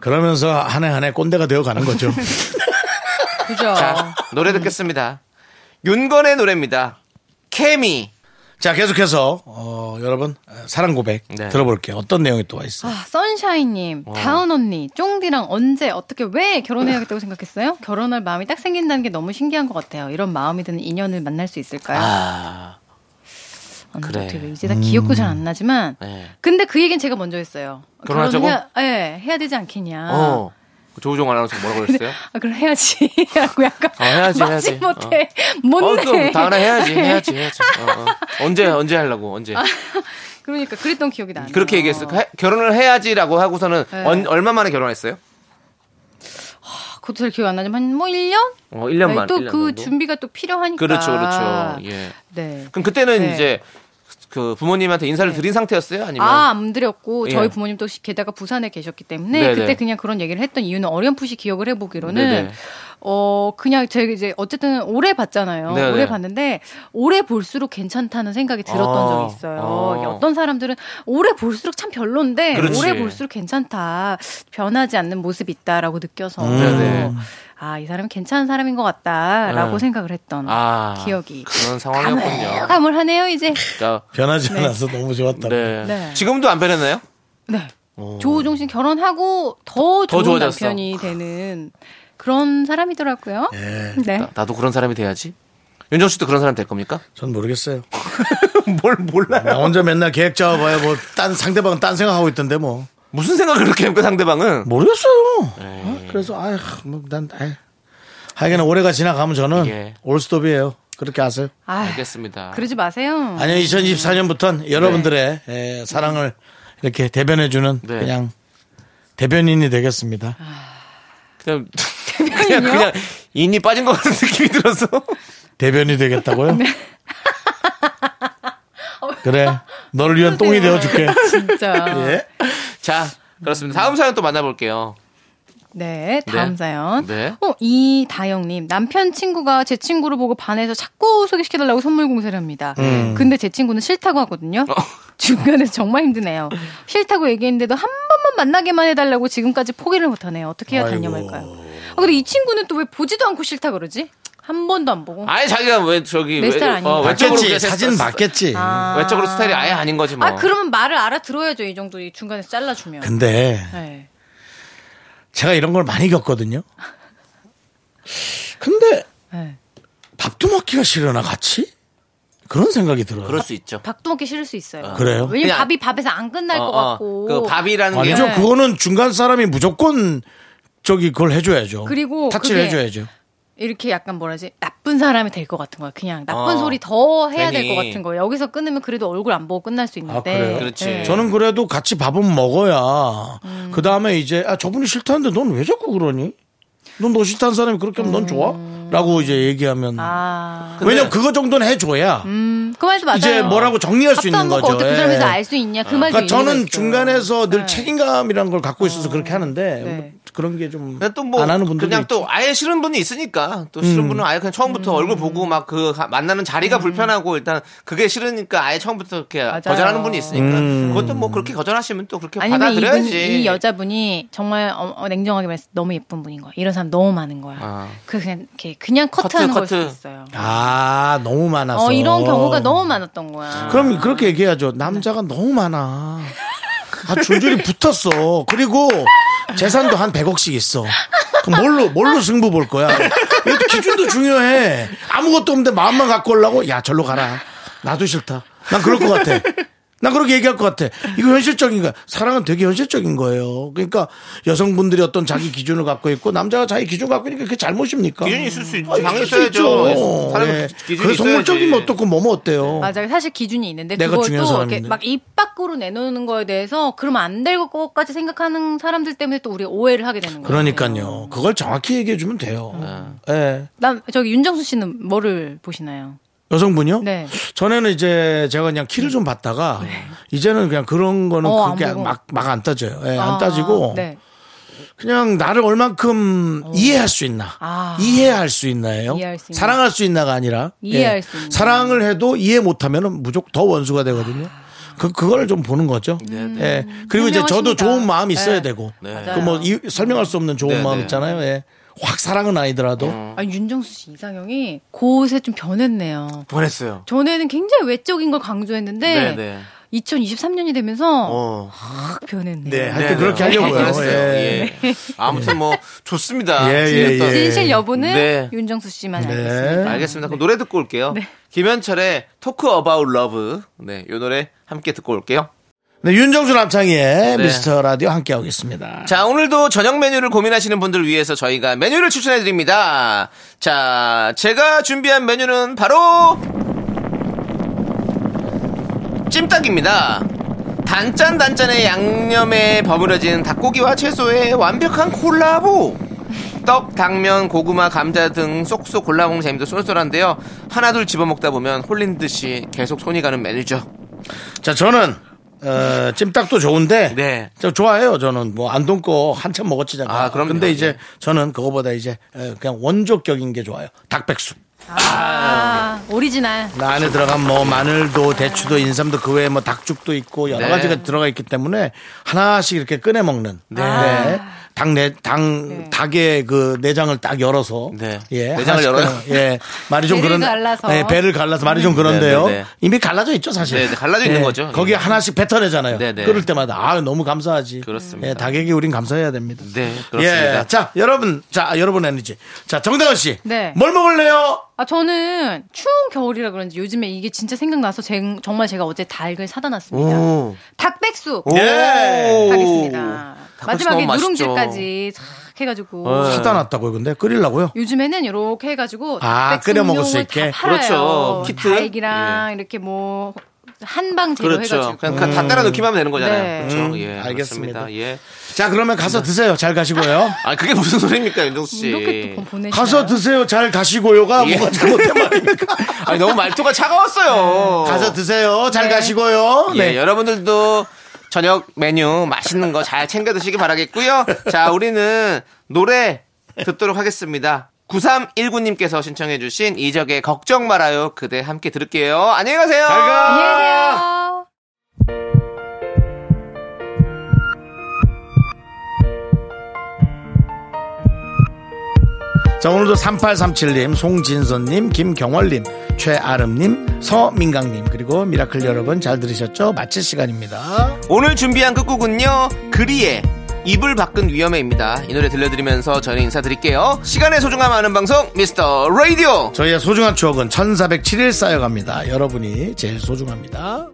그러면서 한 해 한 해 꼰대가 되어 가는 거죠.
<laughs> 그죠?
자,
어.
노래 듣겠습니다. 윤건의 노래입니다. 케미.
자, 계속해서, 어, 여러분, 사랑 고백
네.
들어볼게요. 어떤 내용이 또 와 있어? 요
아, 선샤인님,
어.
다은 언니, 쫑디랑 언제, 어떻게, 왜 결혼해야겠다고 생각했어요? 결혼할 마음이 딱 생긴다는 게 너무 신기한 것 같아요. 이런 마음이 드는 인연을 만날 수 있을까요?
아,
언니
그래.
어떻게 이제 다 기억도 잘 안 나지만
네.
근데 그 얘기는 제가 먼저 했어요.
결혼하자고?
결혼해야- 예, 해야 되지 않겠냐.
어. 조우종 아나운서 뭐라고
<laughs>
그랬어요?
아, 그럼 해야지. <laughs> 라고 약간.
어, 해야지,
맞지
해야지.
못해.
어,
못내.
그럼 다음에 해야지, 해야지, 해야지. 어, 어. 언제, 언제 하려고, 언제.
<laughs> 아. 그러니까 그랬던 기억이 나요.
그렇게 얘기했어요. 해- 결혼을 해야지라고 하고서는
네.
언- 얼마 만에 결혼했어요?
아, 그것도 잘 기억이 안 나지만 한 뭐 1년?
어, 1년 만. 일
또
년
그
정도?
준비가 또 필요하니까.
그렇죠, 그렇죠. 예.
네.
그럼 그때는
네.
이제 그 부모님한테 인사를 드린 상태였어요? 아니면?
아, 안 드렸고,
예.
저희 부모님도 시- 게다가 부산에 계셨기 때문에,
네네.
그때 그냥 그런 얘기를 했던 이유는 어렴풋이 기억을 해보기로는,
네네.
어 그냥 제가 이제 어쨌든 오래 봤잖아요.
네네.
오래 봤는데 오래 볼수록 괜찮다는 생각이 들었던
아,
적이 있어요.
아.
이게 어떤 사람들은 오래 볼수록 참 별론데
그렇지.
오래 볼수록 괜찮다. 변하지 않는 모습이 있다라고 느껴서
음. 네네.
아 이 사람은 괜찮은 사람인 것 같다라고
네.
생각을 했던
아,
기억이 아,
그런 상황이었군요.
가물가물하네요 이제.
그러니까
변하지 않아서 너무 좋았다.
네.
네.
지금도 안 변했나요?
네. 조우종 씨는 결혼하고 더
어. 더
좋은
좋아졌어.
남편이 되는 그런 사람이더라고요. 네.
나, 나도 그런 사람이 돼야지. 윤정 씨도 그런 사람 될 겁니까?
전 모르겠어요. <laughs> 뭘 몰라요? 나 혼자 맨날 계획 짜봐야 뭐 딴 상대방은 딴 생각하고 있던데 뭐
무슨 생각을 그렇게 해요, 그 상대방은?
모르겠어요.
네.
어? 그래서 아휴 뭐난 아휴. 하여간 올해가 지나가면 저는
예.
올스톱이에요. 그렇게 아세요?
아,
알겠습니다.
그러지 마세요.
아니요, 2024년부터는 여러분들의 에, 사랑을 이렇게 대변해주는
네.
그냥 대변인이 되겠습니다.
그냥, 그냥, 그냥 인이 빠진 것 같은 느낌이 들어서.
대변이 되겠다고요? 그래, 너를 위한 똥이 되어줄게.
<laughs>
진짜.
예.
<laughs> 자, 그렇습니다. 다음 사연 또 만나볼게요.
네, 다음
네.
사연.
네.
어, 이다영님. 남편 친구가 제 친구를 보고 반해서 자꾸 소개시켜달라고 선물 공세를 합니다.
음.
근데 제 친구는 싫다고 하거든요.
어.
<laughs> 중간에서 정말 힘드네요. 싫다고 얘기했는데도 한 번만 만나게만 해달라고 지금까지 포기를 못하네요. 어떻게 해야 단념할까요? 아, 근데 이 친구는 또 왜 보지도 않고 싫다 그러지? 한 번도 안 보고.
아예 자기가 왜 저기, 왜,
내
어,
스타일 아닌가?
외적으로
봤겠지,
그렇게
사진
스타-
봤겠지.
아.
외적으로 스타일이 아예 아닌 거지 뭐.
아, 그러면 말을 알아들어야죠. 이 정도 이 중간에서 잘라주면.
근데
네.
제가 이런 걸 많이 겪거든요. 근데
네.
밥도 먹기가 싫으나 같이? 그런 생각이 들어요.
그럴 수 있죠.
밥도 먹기 싫을 수 있어요.
아. 그래요?
왜냐면
그냥-
밥이 밥에서 안 끝날
어,
것
어.
같고.
그 밥이라는 게
아니죠.
네.
그거는 중간 사람이 무조건 저기 그걸 해줘야죠.
그리고
타치를
그게-
해줘야죠.
이렇게 약간 뭐라지 나쁜 사람이 될 것 같은 거야. 그냥 나쁜
어.
소리 더 해야 될 것
괜히.
같은 거야. 여기서 끊으면 그래도 얼굴 안 보고 끝날 수 있는데.
아, 그래요?
그렇지.
네.
저는 그래도 같이 밥은 먹어야 그 다음에 이제 아 저분이 싫다는데 넌 왜 자꾸 그러니? 넌 너 싫다는 사람이 그렇게 하면 넌 좋아? 라고 이제 얘기하면
음. 아,
왜냐면 그거 정도는 해줘야
음, 그 말도 맞아요.
이제 뭐라고 정리할 수 있는 거죠.
어떻게 그
예.
사람에서 알 수 있냐 그 말도
그러니까 저는
일리가 있어요.
중간에서 늘
네.
책임감이라는 걸 갖고 있어서 그렇게 하는데
네.
뭐 그런 게 좀 안
근데 또 뭐,
하는 분들
그냥 또 아예 싫은 분이 있으니까, 또 싫은 분은 아예 그냥 처음부터 얼굴 보고 막 그 만나는 자리가 불편하고 일단 그게 싫으니까 아예 처음부터 이렇게
음. 맞아요.
거절하는 분이 있으니까.
음.
그것도 뭐 그렇게 거절하시면 또 그렇게
아니면 이분,
받아들여야지.
이 여자분이 정말 어, 어, 냉정하게 말해서 너무 예쁜 분인 거야. 이런 사람 너무 많은 거야.
아.
그 그냥 이렇게 그냥 커트하는
커트.
걸 수도 있어요.
아 너무 많아서
어 이런 경우가 너무 많았던 거야.
그럼 그렇게 얘기해야죠.
네.
남자가 너무 많아. 아, 줄줄이 붙었어. 그리고 재산도 한 100억씩 있어. 그럼 뭘로, 뭘로 승부 볼 거야? 이것도 기준도 중요해. 아무것도 없는데 마음만 갖고 오려고? 야, 절로 가라. 나도 싫다. 난 그럴 것 같아. 난 그렇게 얘기할 것 같아. 이거 현실적인 거야. 사랑은 되게 현실적인 거예요. 그러니까 여성분들이 어떤 자기 기준을 갖고 있고 남자가 자기 기준 갖고 있으니까 그게 잘못입니까?
기준이 있을 수 있지.
아, 있을
당연히
수 있죠.
있어야죠. 사람은
예.
기준이
그래, 성물적이면
있어야지.
어떻고 뭐뭐 어때요?
맞아요. 사실 기준이 있는데
내가
그걸
중요한
또
사람인데.
막 입 밖으로 내놓는 거에 대해서 그러면 안 될 것까지 생각하는 사람들 때문에 또 우리 가 오해를 하게 되는 거예요.
그러니까요. 그걸 정확히 얘기해 주면 돼요.
음.
예.
난 저기 윤정수 씨는 뭐를 보시나요?
여성분이요?
네.
전에는 이제 제가 그냥 키를 좀 봤다가 이제는 그냥 그런 거는
어, 안
그렇게
보고.
막 막 안 따져요. 예,
아,
안 따지고
네. 어.
그냥 나를 얼만큼 이해할 수 있나
아.
이해할 수 있나예요.
이해할 수 있나.
사랑할 수 있나가 아니라 예,
이해할 수 있나.
사랑을 해도 이해 못하면은 무조건 더 원수가 되거든요.
아.
그 그걸 좀 보는 거죠.
음.
네.
예. 그리고 이제 저도
현명하십니다.
좋은 마음이 있어야
네.
되고
맞아요.
그 뭐 설명할 수 없는 좋은
네,
마음
네.
있잖아요. 예. 확 사랑은 아니더라도
아 윤정수 씨 이상형이 곳에 좀 변했네요.
보냈어요. 네,
전에는 굉장히 외적인 걸 강조했는데 2023년이 되면서
어.
확 변했네요.
네, 하여튼 그렇게 하려고요.
그랬어요.
예.
예. 아무튼 뭐 좋습니다.
예, 예, 예.
네. 진실 여부는
네.
윤정수 씨만 알겠습니다.
네.
알겠습니다. 그럼 노래 듣고 올게요.
네.
김현철의 토크 어바웃 러브. 네, 요 노래 함께 듣고 올게요.
네, 윤정수 남창희의
네.
미스터 라디오 함께하고 있습니다.
자, 오늘도 저녁 메뉴를 고민하시는 분들을 위해서 저희가 메뉴를 추천해 드립니다. 자, 제가 준비한 메뉴는 바로 찜닭입니다. 단짠 단짠의 양념에 버무려진 닭고기와 채소의 완벽한 콜라보. 떡, 당면, 고구마, 감자 등 쏙쏙 골라먹는 재미도 쏠쏠한데요. 하나둘 집어먹다 보면 홀린 듯이 계속 손이 가는 메뉴죠.
자, 저는 어, 찜닭도 좋은데
네.
저 좋아해요. 저는 뭐 안동 거 한참 먹었지 제가.
아, 그럼요.
근데 이제 저는 그거보다 이제 에, 그냥 원조격인 게 좋아요. 닭백숙.
아, 오리지널.
나 안에 들어간 뭐 마늘도 대추도 인삼도 그 외에 뭐 닭죽도 있고 여러
네.
가지가 들어가 있기 때문에 하나씩 이렇게 꺼내 먹는. 네.
아.
닭내 당
네.
닭의 그 내장을 딱 열어서
네.
예
내장을
하나씩
열어요?
꺼내- 예 말이 좀
배를
그런
갈라서.
예, 배를 갈라서 말이 좀 그런데요
네, 네, 네.
이미 갈라져 있죠 사실 예.
네, 네, 갈라져 있는 거죠.
거기에 하나씩 뱉어내잖아요
네, 네.
끓을 때마다 아 너무 감사하지
그렇습니다.
예, 닭에게 우린 감사해야 됩니다
네, 그렇습니다.
예, 자 여러분 자 여러분 에너지 자 정다은 씨뭘
네.
먹을래요
아, 저는 추운 겨울이라 그런지 요즘에 이게 진짜 생각나서 제- 정말 제가 어제 닭을 사다 놨습니다. 닭백숙.
예.
가겠습니다.
닭백숙
마지막에
너무 맛있죠.
누룽지까지 촥 해가지고.
사다 놨다고요 근데 끓이려고요
요즘에는 이렇게 해가지고
아,
닭백숙
끓여 먹을 수
용을
있게?
다 팔아요.
그렇죠. 키트?
다액이랑 이렇게 뭐 한방 재료
그렇죠.
해가지고
그냥 다 따라 넣기만 하면 되는 거잖아요.
네.
그렇죠. 예,
알겠습니다.
그렇습니다. 예.
자 그러면
네.
가서 드세요 잘
<laughs>
가시고요
아 그게 무슨 소리입니까, 윤정수 씨?
이렇게 또 보내시나요?
가서 드세요 잘 가시고요가
네, 예.
뭐가 잘못된
<laughs>
말입니까
아니 너무 말투가
<laughs>
차가웠어요.
네. 가서 드세요 잘 가시고요
예,
네.
여러분들도 저녁 메뉴 맛있는 거 잘 챙겨 드시기 바라겠고요. 자, 우리는 노래 듣도록 하겠습니다. 9319님께서 신청해 주신 이적의 걱정 말아요 그대 함께 들을게요. 안녕히 가세요.
예, 안녕히 계세요.
자 오늘도 3837님 송진선님 김경월님 최아름님 서민강님 그리고 미라클 여러분 잘 들으셨죠 마칠 시간입니다
오늘 준비한 끝곡은요. 그리의 이불 밖은 위험해입니다. 이 노래 들려드리면서 저는 인사드릴게요. 시간의 소중함 아는 방송 미스터 라디오.
저희의 소중한 추억은 1407일 쌓여갑니다 여러분이 제일 소중합니다